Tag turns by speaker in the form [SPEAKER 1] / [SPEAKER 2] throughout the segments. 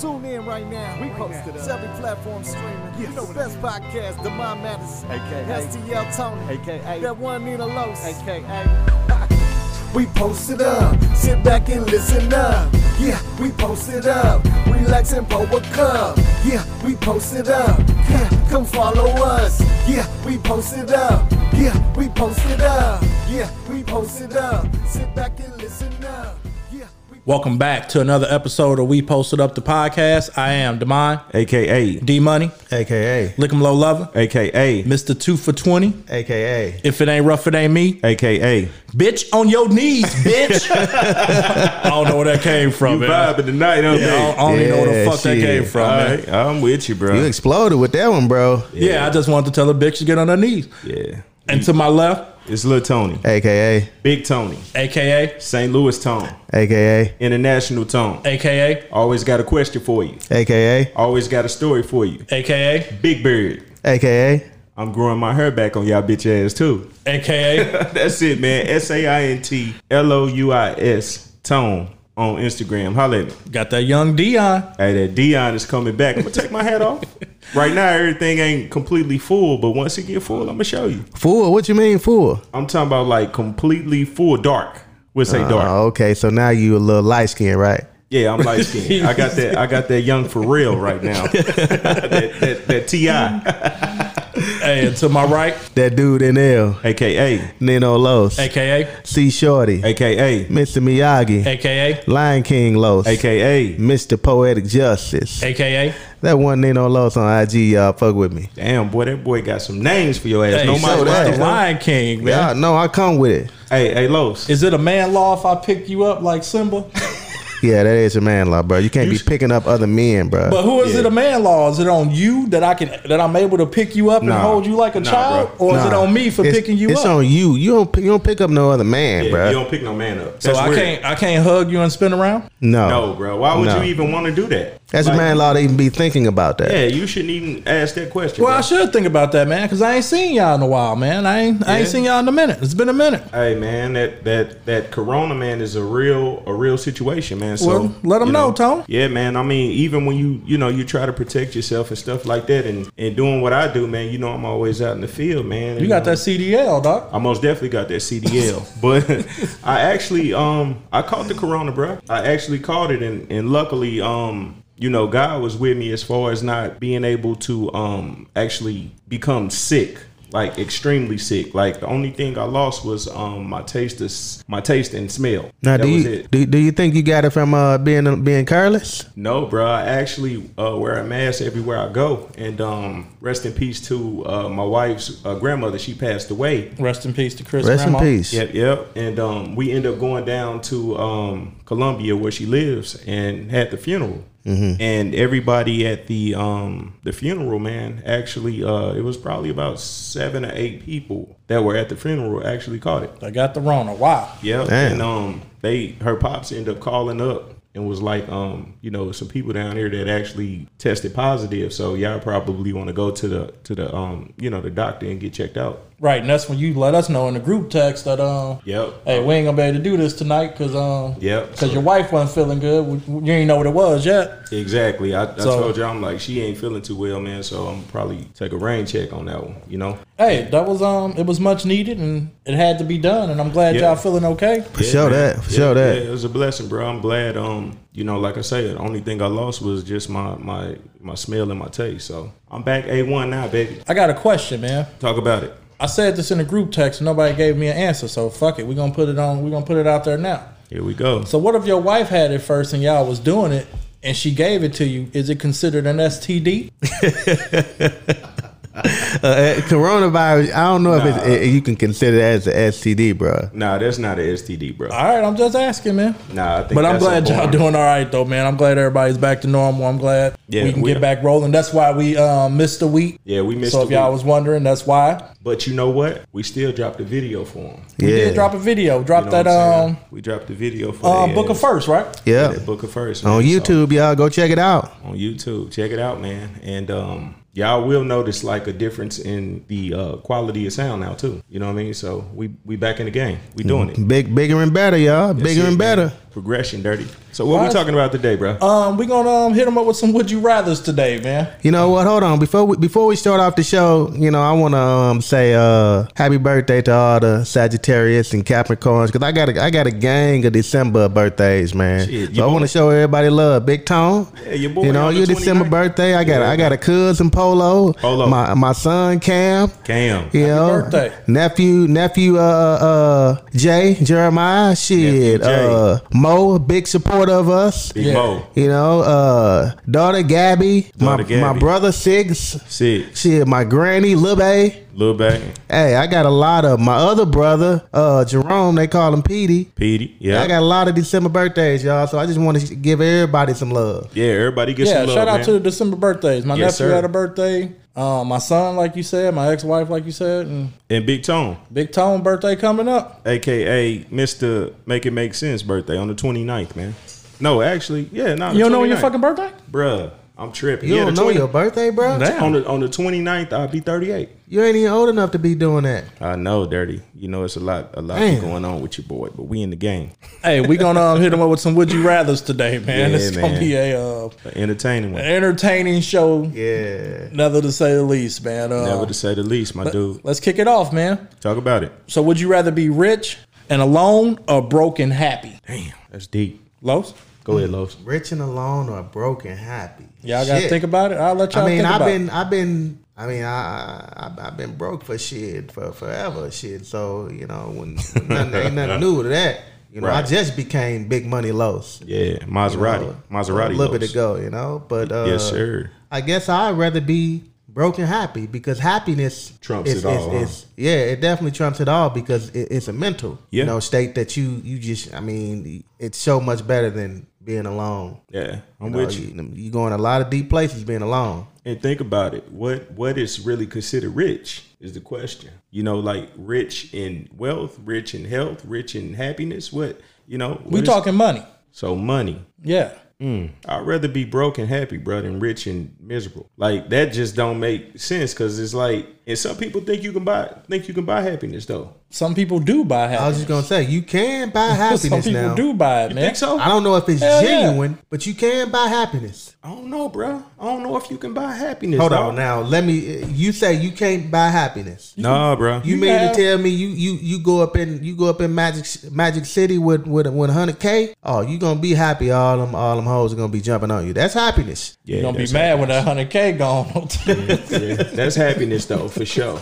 [SPEAKER 1] Tune in right now.
[SPEAKER 2] We posted up.
[SPEAKER 1] Seven platform streaming.
[SPEAKER 2] Yes.
[SPEAKER 1] You know the best podcast, The Mind Matters.
[SPEAKER 2] AKA.
[SPEAKER 1] STL Tony.
[SPEAKER 2] AKA.
[SPEAKER 1] That one Nina Los.
[SPEAKER 2] AKA.
[SPEAKER 1] We post it up. Sit back and listen up. Yeah, we post it up. Relax and pour a cup. Yeah, we post it up. Yeah, come follow us. Yeah, we post it up. Yeah, we post it up. Yeah, we post it up. Sit back and listen up. Yeah, we
[SPEAKER 3] Welcome back to another episode of We Posted Up the Podcast. I am Demond,
[SPEAKER 4] AKA.
[SPEAKER 3] D Money,
[SPEAKER 4] AKA.
[SPEAKER 3] Lick'em Low Lover,
[SPEAKER 4] AKA.
[SPEAKER 3] Mr. Two for Twenty.
[SPEAKER 4] AKA.
[SPEAKER 3] If it ain't rough, it ain't me.
[SPEAKER 4] AKA.
[SPEAKER 3] Bitch on your knees, bitch. I don't know where that came from. man.
[SPEAKER 4] tonight, don't
[SPEAKER 3] Yeah, I don't, I don't even know where the
[SPEAKER 5] Yeah,
[SPEAKER 3] fuck that
[SPEAKER 5] shit.
[SPEAKER 3] came from. man.
[SPEAKER 4] I'm with you, bro.
[SPEAKER 5] You exploded with that one, bro.
[SPEAKER 3] Yeah. I just wanted to tell the bitch to get on her knees.
[SPEAKER 4] yeah.
[SPEAKER 3] And to my left,
[SPEAKER 4] It's Lil Tony.
[SPEAKER 5] AKA,
[SPEAKER 4] Big Tony.
[SPEAKER 3] aka,
[SPEAKER 4] St. Louis Tone.
[SPEAKER 5] AKA,
[SPEAKER 4] International Tone.
[SPEAKER 3] aka,
[SPEAKER 4] Always got a question for you.
[SPEAKER 5] AKA,
[SPEAKER 4] Always got a story for you.
[SPEAKER 3] aka,
[SPEAKER 4] Big Bird.
[SPEAKER 5] AKA,
[SPEAKER 4] I'm growing my hair back on y'all bitch ass too.
[SPEAKER 3] aka,
[SPEAKER 4] That's it, man. S A I N T L O U I S Tone on Instagram. Holla at me.
[SPEAKER 3] got that young Dion.
[SPEAKER 4] Hey, that Dion is coming back. I'm gonna take my hat off. Right now, everything ain't completely full, but once it get full, I'm gonna show you.
[SPEAKER 5] fool. What you mean, fool?
[SPEAKER 4] I'm talking about like completely full dark. We'll say dark.
[SPEAKER 5] Oh, okay, so now you a little light skinned, right?
[SPEAKER 4] Yeah, I'm light skinned. I got that. I got that young for real right now. that, that, that Ti,
[SPEAKER 3] Hey, and to my right,
[SPEAKER 5] That dude in L,
[SPEAKER 4] aka
[SPEAKER 5] Nino Los,
[SPEAKER 3] aka,
[SPEAKER 5] C Shorty,
[SPEAKER 4] aka
[SPEAKER 5] Mr. Miyagi,
[SPEAKER 3] aka,
[SPEAKER 5] Lion King Los,
[SPEAKER 4] aka.
[SPEAKER 5] Mr. Poetic Justice.
[SPEAKER 3] aka.
[SPEAKER 5] That one Nino Los on IG, y'all fuck with me.
[SPEAKER 4] Damn boy, that boy got some names for your ass.
[SPEAKER 3] Hey,
[SPEAKER 4] no
[SPEAKER 3] so
[SPEAKER 4] matter
[SPEAKER 3] that's
[SPEAKER 4] what.
[SPEAKER 3] the Lion King, man.
[SPEAKER 5] Y'all know I come with it.
[SPEAKER 4] Hey, hey, Los.
[SPEAKER 3] Is it a man law if I pick you up like Simba?
[SPEAKER 5] Yeah, that is your man law, bro. You can't be picking up other men, bro.
[SPEAKER 3] But who is it a man law? Is it on you that I can that I'm able to pick you up and
[SPEAKER 4] Nah.
[SPEAKER 3] hold you like a
[SPEAKER 4] Nah,
[SPEAKER 3] child,
[SPEAKER 4] bro.
[SPEAKER 3] or is it
[SPEAKER 5] Nah.
[SPEAKER 3] on me for
[SPEAKER 5] It's-
[SPEAKER 3] picking you
[SPEAKER 5] it's
[SPEAKER 3] up?
[SPEAKER 5] on you. You don't. pick- You don't pick up no other man,
[SPEAKER 4] Yeah,
[SPEAKER 5] bro.
[SPEAKER 4] you don't pick no man up.
[SPEAKER 3] so
[SPEAKER 4] That's
[SPEAKER 3] I
[SPEAKER 4] weird.
[SPEAKER 3] can't I can't hug you and spin around.
[SPEAKER 5] No,
[SPEAKER 4] No, bro. Why would
[SPEAKER 5] No.
[SPEAKER 4] you even want to do that?
[SPEAKER 5] That's a
[SPEAKER 4] Like,
[SPEAKER 5] man law to even be thinking about that.
[SPEAKER 4] Yeah, you shouldn't even ask that question.
[SPEAKER 3] Well,
[SPEAKER 4] bro.
[SPEAKER 3] I should think about that, man, because I ain't seen y'all in a while, man. I ain't I ain't
[SPEAKER 4] Yeah.
[SPEAKER 3] seen y'all in a minute. It's been a minute.
[SPEAKER 4] Hey man, that that that Corona man is a real a real situation, man. So
[SPEAKER 3] Well, let 'em
[SPEAKER 4] you
[SPEAKER 3] know, Tone.
[SPEAKER 4] Yeah, man. I mean, even when you you know you try to protect yourself and stuff like that, and and doing what I do, man. You know, I'm always out in the field, man. uh,
[SPEAKER 3] You got that CDL, doc.
[SPEAKER 4] I most definitely got that CDL, but I actually um I caught the corona, bro. I actually caught it, and and luckily um you know God was with me as far as not being able to um actually become sick, like extremely sick. Like the only thing I lost was um my taste of, s- my taste and smell.
[SPEAKER 5] Now,
[SPEAKER 4] that
[SPEAKER 5] do
[SPEAKER 4] was
[SPEAKER 5] you
[SPEAKER 4] it.
[SPEAKER 5] do, do you think you got it from uh, being being careless?
[SPEAKER 4] No, bro. I actually uh, wear a mask everywhere I go, and um rest in peace to uh, my wife's uh, grandmother. She passed away.
[SPEAKER 3] Rest in peace to Chris.
[SPEAKER 5] Rest
[SPEAKER 3] Grandma.
[SPEAKER 5] in peace.
[SPEAKER 4] Yep, yep. And um, we end up going down to um, Columbia where she lives and had the funeral. And everybody at the um, the funeral, man, actually, uh, it was probably about seven or eight people that were at the funeral actually caught it.
[SPEAKER 3] I got the Rona. Wow.
[SPEAKER 4] Yep.
[SPEAKER 5] Damn.
[SPEAKER 4] And um, they her pops end up calling up and was like, um, you know, some people down here that actually tested positive. So y'all probably want to go to the to the um, you know, the doctor and get checked out.
[SPEAKER 3] Right, and that's when you let us know in the group text that um,
[SPEAKER 4] Yep.
[SPEAKER 3] hey, we ain't gonna be able to do this tonight because um,
[SPEAKER 4] Yep.
[SPEAKER 3] because your wife wasn't feeling good. We- we- You ain't know what it was yet.
[SPEAKER 4] Exactly. I, I
[SPEAKER 3] So-
[SPEAKER 4] told you I'm like she ain't feeling too well, man. So I'm probably take a rain check on that one. You know.
[SPEAKER 3] Hey, that was um, it was much needed and it had to be done. And I'm glad
[SPEAKER 4] Yeah.
[SPEAKER 3] y'all feeling okay.
[SPEAKER 5] For sure that. For
[SPEAKER 4] Yeah,
[SPEAKER 5] sure that.
[SPEAKER 4] yeah, it was a blessing, bro. I'm glad. Um, you know, like I said, the only thing I lost was just my my my smell and my taste. So I'm back a one now, baby.
[SPEAKER 3] I got a question, man.
[SPEAKER 4] Talk about it.
[SPEAKER 3] I said this in a group text, and nobody gave me an answer. So fuck it, we gonna put it on. we gonna put it out there now.
[SPEAKER 4] Here we go.
[SPEAKER 3] So what if your wife had it first and y'all was doing it, and she gave it to you? Is it considered an STD?
[SPEAKER 5] Uh, coronavirus. I don't know if it's, it, you can consider that as an STD, bro.
[SPEAKER 4] Nah, that's not an STD, bro.
[SPEAKER 3] All right, I'm just asking, man.
[SPEAKER 4] Nah, I think.
[SPEAKER 3] But I'm
[SPEAKER 4] that's
[SPEAKER 3] glad
[SPEAKER 4] a
[SPEAKER 3] y'all
[SPEAKER 4] born-
[SPEAKER 3] doing all right though, man. I'm glad everybody's back to normal. I'm glad
[SPEAKER 4] Yeah,
[SPEAKER 3] we can
[SPEAKER 4] we
[SPEAKER 3] get
[SPEAKER 4] are.
[SPEAKER 3] back rolling. That's why we um, missed a week.
[SPEAKER 4] Yeah, we missed
[SPEAKER 3] So
[SPEAKER 4] the
[SPEAKER 3] if y'all
[SPEAKER 4] week.
[SPEAKER 3] was wondering, that's why
[SPEAKER 4] But you know what? We still dropped the video for him.
[SPEAKER 3] we
[SPEAKER 5] yeah.
[SPEAKER 3] did drop a video. Drop
[SPEAKER 4] You know
[SPEAKER 3] that
[SPEAKER 4] what I'm
[SPEAKER 3] um,
[SPEAKER 4] saying? we dropped the video for
[SPEAKER 3] um
[SPEAKER 4] their
[SPEAKER 3] book of
[SPEAKER 4] ass.
[SPEAKER 3] first, right?
[SPEAKER 5] yeah.
[SPEAKER 4] Yeah, book of first
[SPEAKER 5] On
[SPEAKER 4] man. So-
[SPEAKER 5] YouTube, y'all go check it out.
[SPEAKER 4] on YouTube. Check it out, man. And um, y'all will notice like a difference in the uh, quality of sound now too. You know what I mean? So we we back in the game. We doing it.
[SPEAKER 5] Big, Mm-hmm. bigger and better, y'all. bigger
[SPEAKER 4] it,
[SPEAKER 5] and better. Uh,
[SPEAKER 4] man. progression, dirty. So what
[SPEAKER 3] Why
[SPEAKER 4] we
[SPEAKER 3] is-
[SPEAKER 4] talking about today, bro?
[SPEAKER 3] Um, we gonna um, hit them up with some would you rather's today, man.
[SPEAKER 5] You know what? Hold on. Before we, before we start off the show, you know, I want to um, say uh, happy birthday to all the Sagittarius and Capricorns because I got a, I got a gang of December birthdays, man.
[SPEAKER 4] Shit, you
[SPEAKER 5] so I
[SPEAKER 4] boy-
[SPEAKER 5] want to show everybody love. Big Tone,
[SPEAKER 4] Yeah, your boy
[SPEAKER 5] you know,
[SPEAKER 4] on the
[SPEAKER 5] your December
[SPEAKER 4] 29th.
[SPEAKER 5] birthday. I got I got a cousin Polo,
[SPEAKER 4] Polo.
[SPEAKER 5] my my son Cam.
[SPEAKER 4] Cam.
[SPEAKER 5] You know,
[SPEAKER 3] birthday.
[SPEAKER 5] nephew, nephew, uh, uh, Jay, Jeremiah, shit,
[SPEAKER 4] Nephew Jay.
[SPEAKER 5] uh, Mo, big supporter of us.
[SPEAKER 4] Big
[SPEAKER 3] Yeah.
[SPEAKER 4] Mo.
[SPEAKER 5] You know, uh, daughter Gabby, my,
[SPEAKER 4] Daughter Gabby.
[SPEAKER 5] my brother Six,
[SPEAKER 4] Six.
[SPEAKER 5] shit, my granny Lil Bay.
[SPEAKER 4] Lil Bang.
[SPEAKER 5] Hey, I got a lot of my other brother, uh, Jerome. They call him Petey.
[SPEAKER 4] Petey. Yeah.
[SPEAKER 5] I got a lot of December birthdays, y'all. So I just want to give everybody some love.
[SPEAKER 4] yeah, everybody gets
[SPEAKER 3] Yeah,
[SPEAKER 4] some love,
[SPEAKER 3] shout out
[SPEAKER 4] man.
[SPEAKER 3] to the December birthdays. My
[SPEAKER 4] Yes,
[SPEAKER 3] nephew
[SPEAKER 4] sir.
[SPEAKER 3] had a birthday. Um, my son, like you said, my ex-wife, like you said, and
[SPEAKER 4] and Big Tone,
[SPEAKER 3] Big Tone birthday coming up.
[SPEAKER 4] aka Mr. Make It Make Sense birthday on the 29th, man. No, actually, yeah, no.
[SPEAKER 3] You don't know when your fucking birthday?
[SPEAKER 4] Bruh, I'm tripping.
[SPEAKER 5] You
[SPEAKER 4] yeah,
[SPEAKER 5] don't
[SPEAKER 4] the
[SPEAKER 5] know
[SPEAKER 4] 20
[SPEAKER 5] your birthday, bro.
[SPEAKER 3] Damn.
[SPEAKER 4] on the on the 29th, I'll be 38.
[SPEAKER 5] You ain't even old enough to be doing that.
[SPEAKER 4] I know, dirty. You know it's a lot a lot
[SPEAKER 5] Damn.
[SPEAKER 4] going on with your boy, but we in the game.
[SPEAKER 3] Hey, we gonna um, hit them up with some would you rather's today, man.
[SPEAKER 4] Yeah,
[SPEAKER 3] it's gonna
[SPEAKER 4] man.
[SPEAKER 3] be a uh,
[SPEAKER 4] An entertaining one.
[SPEAKER 3] entertaining show,
[SPEAKER 5] Yeah.
[SPEAKER 3] never to say the least, man. Uh,
[SPEAKER 4] Never to say the least, my dude.
[SPEAKER 3] let's kick it off, man.
[SPEAKER 4] Talk about it.
[SPEAKER 3] So, would you rather be rich and alone or broke and happy?
[SPEAKER 4] Damn, that's deep.
[SPEAKER 3] Los,
[SPEAKER 4] Go ahead, Los.
[SPEAKER 5] Rich and alone or broken happy.
[SPEAKER 3] y'all gotta
[SPEAKER 5] Shit.
[SPEAKER 3] think about it. I'll let y'all
[SPEAKER 5] I mean,
[SPEAKER 3] think
[SPEAKER 5] I've
[SPEAKER 3] about
[SPEAKER 5] been,
[SPEAKER 3] it.
[SPEAKER 5] I've been, I mean, I, I, I've been broke for shit for forever, shit. So you know, when, when nothing, ain't nothing new to that. You know, I
[SPEAKER 4] Right.
[SPEAKER 5] just became big money lows.
[SPEAKER 4] Yeah, Maserati. Maserati.
[SPEAKER 5] a Uh, little bit
[SPEAKER 4] Los.
[SPEAKER 5] ago, you know. But uh,
[SPEAKER 4] Yes, sir.
[SPEAKER 5] I guess I'd rather be broken happy because happiness
[SPEAKER 4] Trumps
[SPEAKER 5] is,
[SPEAKER 4] it all,
[SPEAKER 5] is-
[SPEAKER 4] huh?
[SPEAKER 5] is- yeah, it definitely trumps it all because it, it's a mental,
[SPEAKER 4] Yeah.
[SPEAKER 5] you know, state that you you just. I mean, it's so much better than being alone.
[SPEAKER 4] Yeah, I'm
[SPEAKER 5] know,
[SPEAKER 4] with you.
[SPEAKER 5] you, you going a lot of deep places being alone.
[SPEAKER 4] And think about it. What what is really considered rich is the question. You know, like rich in wealth, rich in health, rich in happiness. What you know?
[SPEAKER 3] We
[SPEAKER 4] what is-
[SPEAKER 3] talking money.
[SPEAKER 4] so money.
[SPEAKER 3] Yeah.
[SPEAKER 4] I'd rather be broke and happy, bro, than rich and miserable. Like that just don't make sense because it's like, and some people think you can buy think you can buy happiness though.
[SPEAKER 3] Some people do buy
[SPEAKER 5] I
[SPEAKER 3] happiness.
[SPEAKER 5] was just gonna say you can buy
[SPEAKER 3] Some
[SPEAKER 5] happiness
[SPEAKER 3] people
[SPEAKER 5] now.
[SPEAKER 3] do buy it, man.
[SPEAKER 4] Think so?
[SPEAKER 5] I don't know if it's
[SPEAKER 3] Hell yeah.
[SPEAKER 5] genuine, but you can buy happiness.
[SPEAKER 4] I don't know, bro. I don't know if you can buy happiness.
[SPEAKER 5] Hold
[SPEAKER 4] dog.
[SPEAKER 5] on now. Let me. You say you can't buy happiness.
[SPEAKER 4] Nah, bro.
[SPEAKER 5] You,
[SPEAKER 3] You
[SPEAKER 5] mean
[SPEAKER 3] have-
[SPEAKER 5] to tell me you you you go up in you go up in Magic Magic City with with with 100k? Oh, you gonna be happy? All them all them hoes are gonna be jumping on you. That's happiness.
[SPEAKER 4] yeah,
[SPEAKER 3] You're gonna be
[SPEAKER 4] that's
[SPEAKER 3] mad when that hundred K gone.
[SPEAKER 4] Yeah, that's happiness though, for sure.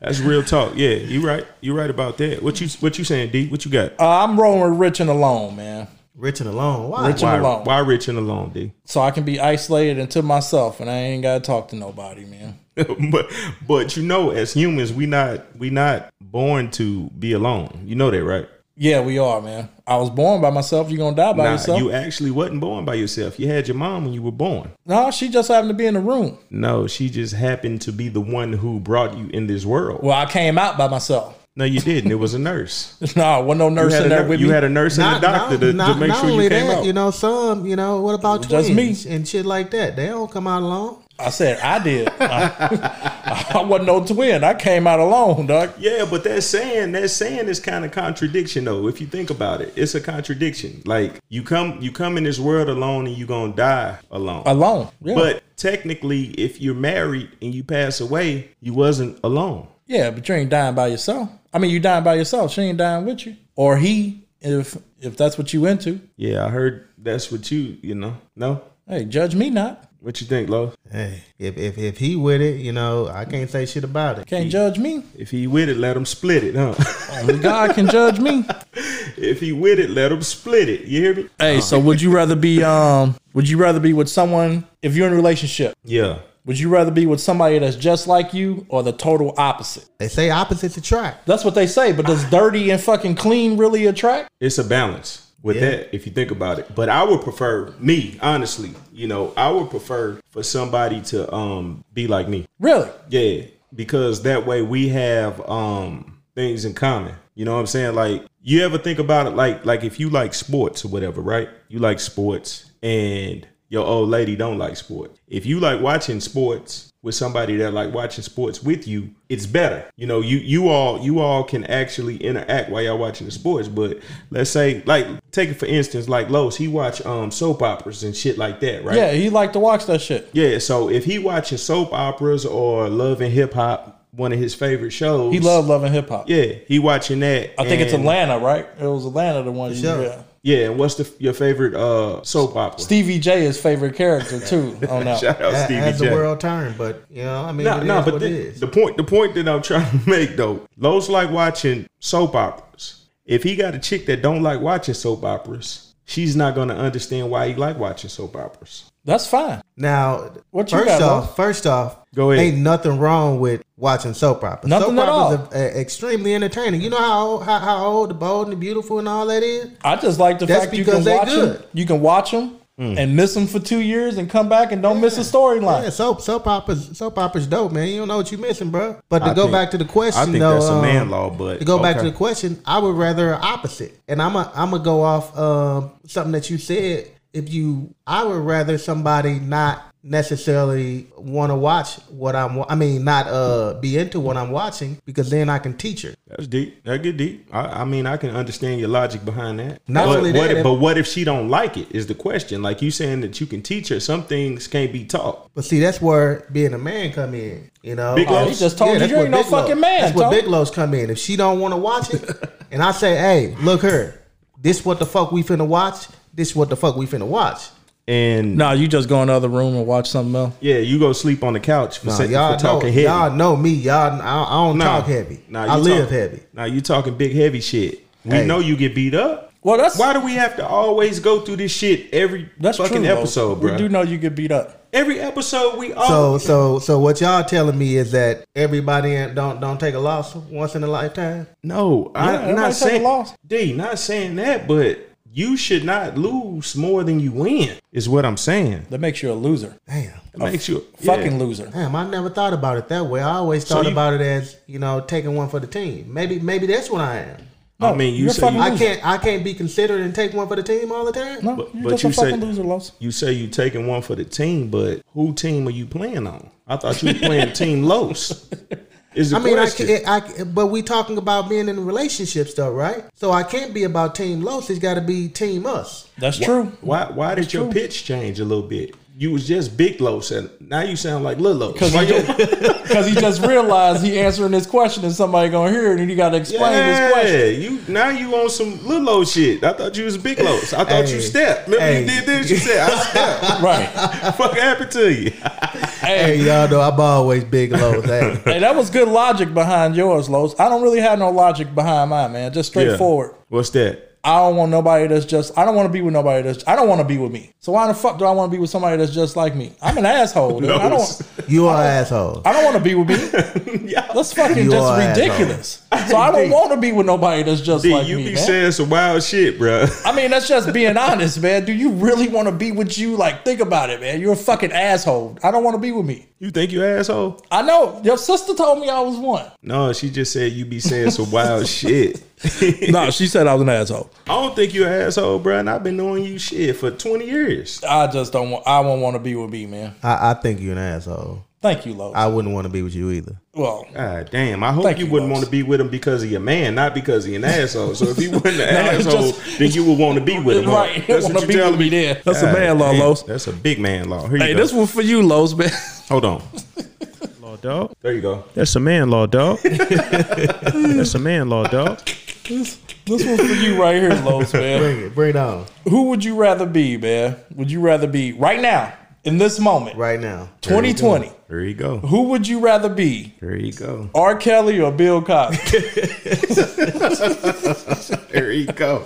[SPEAKER 4] That's real talk. Yeah, you right. You right about that. What you what you saying, D? What you got?
[SPEAKER 3] uh, I'm rolling with rich and alone, man.
[SPEAKER 5] Rich and alone. Why?
[SPEAKER 3] Rich and-
[SPEAKER 4] Why,
[SPEAKER 3] alone.
[SPEAKER 4] why rich and alone, D?
[SPEAKER 3] So I can be isolated and to myself and I ain't gotta talk to nobody, man.
[SPEAKER 4] but but you know, as humans, we not we not born to be alone. You know that, right?
[SPEAKER 3] Yeah, we are, man. I was born by myself, you gonna die by
[SPEAKER 4] Nah,
[SPEAKER 3] yourself.
[SPEAKER 4] you actually wasn't born by yourself. You had your mom when you were born.
[SPEAKER 3] no, she just happened to be in the room.
[SPEAKER 4] No, she just happened to be the one who brought you in this world.
[SPEAKER 3] Well, I came out by myself.
[SPEAKER 4] No, you didn't. It was a nurse.
[SPEAKER 3] No, wasn't no
[SPEAKER 4] You
[SPEAKER 3] nurse
[SPEAKER 4] had a,
[SPEAKER 3] in there
[SPEAKER 4] nur-
[SPEAKER 3] with
[SPEAKER 4] you
[SPEAKER 3] me.
[SPEAKER 4] had a nurse and a doctor to, to make sure you came out.
[SPEAKER 5] you know some you know what about
[SPEAKER 3] was just me.
[SPEAKER 5] twins and shit like that? They don't come out alone.
[SPEAKER 3] I said I did. I, I wasn't no twin. I came out alone, dog.
[SPEAKER 4] Yeah, but that saying, that saying is kind of contradiction though. If you think about it, it's a contradiction. Like you come, you come in this world alone, and you gonna die alone.
[SPEAKER 3] Alone. Yeah.
[SPEAKER 4] But technically, if you're married and you pass away, you wasn't alone.
[SPEAKER 3] yeah, but you ain't dying by yourself. I mean, you dying by yourself. She ain't dying with you or he, if if that's what you into.
[SPEAKER 4] Yeah, I heard that's what you, you know. No,
[SPEAKER 3] Hey, judge me not.
[SPEAKER 4] what you think, Lo?
[SPEAKER 5] Hey, if if if he with it, you know I can't say shit about it.
[SPEAKER 3] Can't judge me.
[SPEAKER 4] If he with it, let him split it, huh?
[SPEAKER 3] Only God can judge me.
[SPEAKER 4] if he with it, let him split it. You hear me?
[SPEAKER 3] Hey, so would you rather be um would you rather be with someone if you're in a relationship?
[SPEAKER 4] Yeah.
[SPEAKER 3] Would you rather be with somebody that's just like you or the total opposite?
[SPEAKER 5] They say opposites attract.
[SPEAKER 3] That's what they say, but does dirty and fucking clean really attract?
[SPEAKER 4] it's a balance with
[SPEAKER 5] Yeah.
[SPEAKER 4] that if you think about it but i would prefer me honestly you know i would prefer for somebody to um be like me
[SPEAKER 3] Really?
[SPEAKER 4] yeah because that way we have um things in common you know what i'm saying like you ever think about it like like if you like sports or whatever right you like sports and your old lady don't like sport. If you like watching sports with somebody that like watching sports with you, it's better. You know, you you all you all can actually interact while y'all watching the sports. But let's say like take it for instance, like Los, he watch um soap operas and shit like that, right?
[SPEAKER 3] Yeah, he like to watch that shit.
[SPEAKER 4] Yeah, so if he watching soap operas or Love and Hip Hop, one of his favorite shows.
[SPEAKER 3] He loved loving hip hop.
[SPEAKER 4] Yeah, he watching that.
[SPEAKER 3] I think it's
[SPEAKER 4] and-
[SPEAKER 3] Atlanta, right? It was Atlanta the one. you-
[SPEAKER 5] Sure.
[SPEAKER 3] Yeah.
[SPEAKER 4] Yeah, and what's the your favorite uh soap opera?
[SPEAKER 3] Stevie J is favorite character too on that.
[SPEAKER 4] Shout out Stevie
[SPEAKER 5] As the
[SPEAKER 4] J.
[SPEAKER 5] world turned, but you know, I mean,
[SPEAKER 4] No,
[SPEAKER 5] it
[SPEAKER 4] no,
[SPEAKER 5] is
[SPEAKER 4] but
[SPEAKER 5] what
[SPEAKER 4] the,
[SPEAKER 5] it is.
[SPEAKER 4] the point the point that I'm trying to make though, Lowe's like watching soap operas. If he got a chick that don't like watching soap operas, she's not gonna understand why he like watching soap operas.
[SPEAKER 3] That's fine.
[SPEAKER 5] Now,
[SPEAKER 3] What you
[SPEAKER 5] first
[SPEAKER 3] got,
[SPEAKER 5] off,
[SPEAKER 3] Lo?
[SPEAKER 5] first off,
[SPEAKER 4] Go ahead.
[SPEAKER 5] Ain't nothing wrong with watching soap operas.
[SPEAKER 3] Nothing
[SPEAKER 5] soap
[SPEAKER 3] at
[SPEAKER 5] operas are uh, extremely entertaining. You know how old, how, how old, the bold, and the beautiful, and all that is.
[SPEAKER 3] I just like the
[SPEAKER 5] That's
[SPEAKER 3] fact you can
[SPEAKER 5] because they
[SPEAKER 3] watch them.
[SPEAKER 5] good.
[SPEAKER 3] You can watch them
[SPEAKER 4] Hmm.
[SPEAKER 3] and miss them for two years and come back and don't miss a
[SPEAKER 5] Yeah,
[SPEAKER 3] storyline.
[SPEAKER 5] soap soap operas soap operas dope, man. You don't know what you're missing, bro. But to
[SPEAKER 4] I
[SPEAKER 5] go
[SPEAKER 4] think-
[SPEAKER 5] back to the question,
[SPEAKER 4] I think
[SPEAKER 5] though,
[SPEAKER 4] that's a
[SPEAKER 5] um,
[SPEAKER 4] man law, but
[SPEAKER 5] to go back to
[SPEAKER 4] okay.
[SPEAKER 5] the question, I would rather opposite, and I'm a I'm gonna go off um, something that you said. If you, I would rather somebody not necessarily want to watch what I'm. wa- I mean, not uh be into what I'm watching because then I can teach her.
[SPEAKER 4] That's deep. That get deep. I, I mean, I can understand your logic behind that.
[SPEAKER 5] Not
[SPEAKER 4] but
[SPEAKER 5] only
[SPEAKER 4] what
[SPEAKER 5] that,
[SPEAKER 4] if,
[SPEAKER 5] if-
[SPEAKER 4] but what if she don't like it? Is the question. Like you saying that you can teach her. Some things can't be taught.
[SPEAKER 5] But see, that's where being a man come in. You know,
[SPEAKER 4] Big
[SPEAKER 3] Oh,
[SPEAKER 4] Lo-
[SPEAKER 3] he just told you
[SPEAKER 5] that's
[SPEAKER 3] you
[SPEAKER 5] what
[SPEAKER 3] ain't no
[SPEAKER 5] Big Lo-
[SPEAKER 3] fucking man.
[SPEAKER 5] That's what
[SPEAKER 3] Tony.
[SPEAKER 5] Big Lo's come in. If she don't want to watch it, and I say, "Hey, look her, this what the fuck we finna watch. This what the fuck we finna watch."
[SPEAKER 4] And
[SPEAKER 3] Nah, you just go in the other room and watch something else.
[SPEAKER 4] yeah, you go sleep on the couch for,
[SPEAKER 5] Nah,
[SPEAKER 4] sit-
[SPEAKER 5] y'all
[SPEAKER 4] for
[SPEAKER 5] know,
[SPEAKER 4] talking heavy.
[SPEAKER 5] y'all know me. Y'all, I, I don't
[SPEAKER 4] Nah.
[SPEAKER 5] talk heavy.
[SPEAKER 4] Nah,
[SPEAKER 5] I
[SPEAKER 4] you
[SPEAKER 5] live
[SPEAKER 4] talk-
[SPEAKER 5] heavy.
[SPEAKER 4] Now you talking big heavy shit. We
[SPEAKER 5] Hey.
[SPEAKER 4] know you get beat up.
[SPEAKER 3] Well, that's
[SPEAKER 4] Why do we have to always go through this shit every
[SPEAKER 3] that's
[SPEAKER 4] fucking
[SPEAKER 3] true, though.
[SPEAKER 4] episode, bro?
[SPEAKER 3] We do know you get beat up.
[SPEAKER 4] Every episode we
[SPEAKER 5] So,
[SPEAKER 4] all
[SPEAKER 5] so, so, what y'all telling me is that everybody ain't- don't don't take a loss once in a lifetime.
[SPEAKER 4] no, I,
[SPEAKER 3] everybody take
[SPEAKER 4] not
[SPEAKER 3] a
[SPEAKER 4] saying
[SPEAKER 3] loss.
[SPEAKER 4] D, not saying that, but you should not lose more than you win. Is what I'm saying.
[SPEAKER 3] That makes you a loser,
[SPEAKER 5] Damn.
[SPEAKER 4] It makes you a-
[SPEAKER 3] fucking
[SPEAKER 4] yeah.
[SPEAKER 3] loser.
[SPEAKER 5] Damn, I never thought about it that way. I always thought
[SPEAKER 4] you-
[SPEAKER 5] about it as you know taking one for the team. Maybe, maybe that's what I am.
[SPEAKER 4] I mean, you
[SPEAKER 3] you're
[SPEAKER 4] say
[SPEAKER 3] fucking-
[SPEAKER 4] you,
[SPEAKER 5] I can't, I can't be considered and take one for the team all the time.
[SPEAKER 3] No,
[SPEAKER 4] But-
[SPEAKER 3] you're
[SPEAKER 4] but
[SPEAKER 3] just
[SPEAKER 4] you
[SPEAKER 3] a
[SPEAKER 4] say-
[SPEAKER 3] fucking loser, Los.
[SPEAKER 4] you say you taking one for the team, but who team are you playing on? I thought you were playing Team Los. Is the
[SPEAKER 5] I mean, I,
[SPEAKER 4] question?
[SPEAKER 5] can, I ca- but we talking about being in relationships though, right? So I can't be about team Los. It's got to be team us.
[SPEAKER 3] That's true.
[SPEAKER 4] Why why did your pitch change a little bit? You was just big Los and now you sound like Lil Los.
[SPEAKER 3] Because
[SPEAKER 4] Why
[SPEAKER 3] he,
[SPEAKER 4] your-
[SPEAKER 3] just- 'cause he just realized he answering this question and somebody gonna hear it and he gotta explain this question.
[SPEAKER 4] yeah, you now you on some Lil Los shit. I thought you was big Los. I thought you
[SPEAKER 5] Hey.
[SPEAKER 4] stepped. Remember you
[SPEAKER 5] Hey.
[SPEAKER 4] did this? You said I stepped.
[SPEAKER 3] Right.
[SPEAKER 4] Fuck happened to you?
[SPEAKER 5] Hey, y'all know I'm always big Los. Hey.
[SPEAKER 3] hey, that was good logic behind yours, Los. I don't really have no logic behind mine, man. Just straightforward.
[SPEAKER 4] Yeah. What's that?
[SPEAKER 3] I don't want nobody that's just. I don't want to be with nobody that's. I don't want to be with me. So why the fuck do I want to be with somebody that's just like me? I'm an asshole. dude. I don't.
[SPEAKER 5] You are an asshole.
[SPEAKER 3] I don't want to be with me.
[SPEAKER 4] Yeah.
[SPEAKER 3] That's fucking
[SPEAKER 5] You are an
[SPEAKER 3] just
[SPEAKER 5] asshole.
[SPEAKER 3] ridiculous. So I don't want to be with nobody that's just
[SPEAKER 4] D,
[SPEAKER 3] like
[SPEAKER 4] you
[SPEAKER 3] me,
[SPEAKER 4] be
[SPEAKER 3] man.
[SPEAKER 4] saying some wild shit, bro.
[SPEAKER 3] I mean, that's just being honest, man. Do you really want to be with you? Like, think about it, man. You're a fucking asshole. I don't want to be with me.
[SPEAKER 4] You think you asshole?
[SPEAKER 3] I know your sister told me I was one.
[SPEAKER 4] No, she just said you be saying some wild shit.
[SPEAKER 3] No, she said I was an asshole.
[SPEAKER 4] I don't think you an asshole, bro. And I've been knowing you shit for twenty years.
[SPEAKER 3] I just don't want. I won't want to be with me, man.
[SPEAKER 5] I, I think you're an asshole.
[SPEAKER 3] Thank you, Lowe.
[SPEAKER 5] I wouldn't want to be with you either.
[SPEAKER 3] well,
[SPEAKER 4] God Ah, damn! I hope
[SPEAKER 3] Thank
[SPEAKER 4] you
[SPEAKER 3] you,
[SPEAKER 4] wouldn't
[SPEAKER 3] boss.
[SPEAKER 4] want to be with him because he a man, not because he an asshole. So if he wasn't an
[SPEAKER 3] it's
[SPEAKER 4] asshole,
[SPEAKER 3] just-
[SPEAKER 4] then you would want to be with him. huh?
[SPEAKER 3] right.
[SPEAKER 4] That's
[SPEAKER 3] Wanna
[SPEAKER 4] what
[SPEAKER 3] be
[SPEAKER 4] you telling
[SPEAKER 3] with me
[SPEAKER 4] me.
[SPEAKER 3] there. That's a
[SPEAKER 4] God
[SPEAKER 3] man law,
[SPEAKER 4] damn,
[SPEAKER 3] Los.
[SPEAKER 4] That's a big man law. Here
[SPEAKER 3] Hey,
[SPEAKER 4] you go.
[SPEAKER 3] this one for you, Lowe's man.
[SPEAKER 4] Hold on. law dog. There you go.
[SPEAKER 2] That's a man law, dog. That's a man law, dog.
[SPEAKER 3] This, this one for you right here, Lowe's man.
[SPEAKER 5] Bring it, bring it on
[SPEAKER 3] Who would you rather be, man? Would you rather be right now in this moment,
[SPEAKER 5] right now.
[SPEAKER 3] 2020?
[SPEAKER 4] Here you go.
[SPEAKER 3] Who would you rather be,
[SPEAKER 4] Here you go.
[SPEAKER 3] R. Kelly or Bill Cosby?
[SPEAKER 4] Here you go.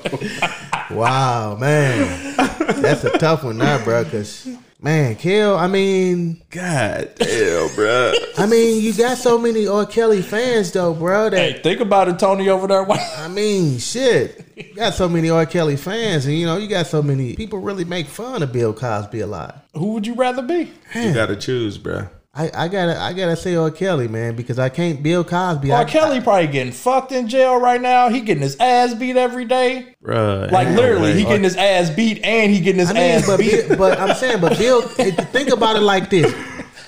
[SPEAKER 5] Wow, man, that's a tough one, now, bro. Cause man, Kill. I mean,
[SPEAKER 4] God damn, bro.
[SPEAKER 5] I mean, you got so many R. Kelly fans though, bro. That
[SPEAKER 3] hey, think about it, Tony over there.
[SPEAKER 5] I mean, shit. You got so many R. Kelly fans, and you know, you got so many people really make fun of Bill Cosby a lot.
[SPEAKER 3] Who would you rather be?
[SPEAKER 4] You gotta choose, bro.
[SPEAKER 5] I, I gotta I gotta say R. Kelly, man, because I can't Bill Cosby. I,
[SPEAKER 3] R. Kelly probably getting fucked in jail right now. He getting his ass beat every day.
[SPEAKER 2] Bruh,
[SPEAKER 3] Like
[SPEAKER 2] ain't no
[SPEAKER 3] literally,
[SPEAKER 2] way.
[SPEAKER 3] he getting his ass beat and he getting his
[SPEAKER 5] I mean,
[SPEAKER 3] ass
[SPEAKER 5] but,
[SPEAKER 3] beat.
[SPEAKER 5] Bill, but I'm saying, but Bill, it- think about it like this: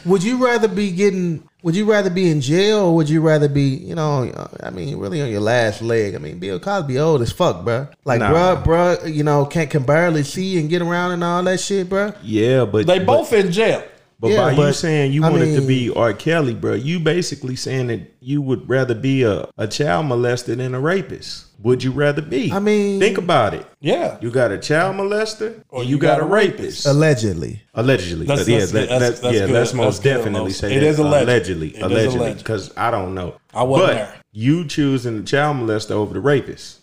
[SPEAKER 5] Would you rather be getting? Would you rather be in jail, or would you rather be, you know, I mean, really on your last leg? I mean, Bill Cosby old as fuck, bro. Like,
[SPEAKER 4] Nah.
[SPEAKER 5] bruh, bruh, you know, can't can barely see and get around and all that shit, bruh.
[SPEAKER 4] Yeah, but
[SPEAKER 3] They
[SPEAKER 4] but-
[SPEAKER 3] both in jail.
[SPEAKER 4] But
[SPEAKER 5] Yeah,
[SPEAKER 4] by you
[SPEAKER 5] but,
[SPEAKER 4] saying you
[SPEAKER 5] I
[SPEAKER 4] wanted to
[SPEAKER 5] mean-
[SPEAKER 4] be R. Kelly, bro, you basically saying that you would rather be a, a child molester than a rapist. Would you rather be?
[SPEAKER 5] I mean-
[SPEAKER 4] think about it.
[SPEAKER 3] Yeah.
[SPEAKER 4] You got a child molester, or you, got, a rapist.
[SPEAKER 5] Allegedly,
[SPEAKER 4] Allegedly,
[SPEAKER 3] That's-
[SPEAKER 4] yeah,
[SPEAKER 3] that's
[SPEAKER 4] let-
[SPEAKER 3] good.
[SPEAKER 4] let-
[SPEAKER 3] That's- that's
[SPEAKER 4] yeah,
[SPEAKER 3] good.
[SPEAKER 4] let's
[SPEAKER 3] That's
[SPEAKER 4] most
[SPEAKER 3] good,
[SPEAKER 4] definitely
[SPEAKER 3] Mos.
[SPEAKER 4] say
[SPEAKER 3] It
[SPEAKER 4] that.
[SPEAKER 3] is alleged.
[SPEAKER 4] allegedly,
[SPEAKER 3] It is
[SPEAKER 4] allegedly,
[SPEAKER 3] alleged.
[SPEAKER 4] because I don't know.
[SPEAKER 3] I wasn't
[SPEAKER 4] but
[SPEAKER 3] there.
[SPEAKER 4] You choosing the child molester over the rapist.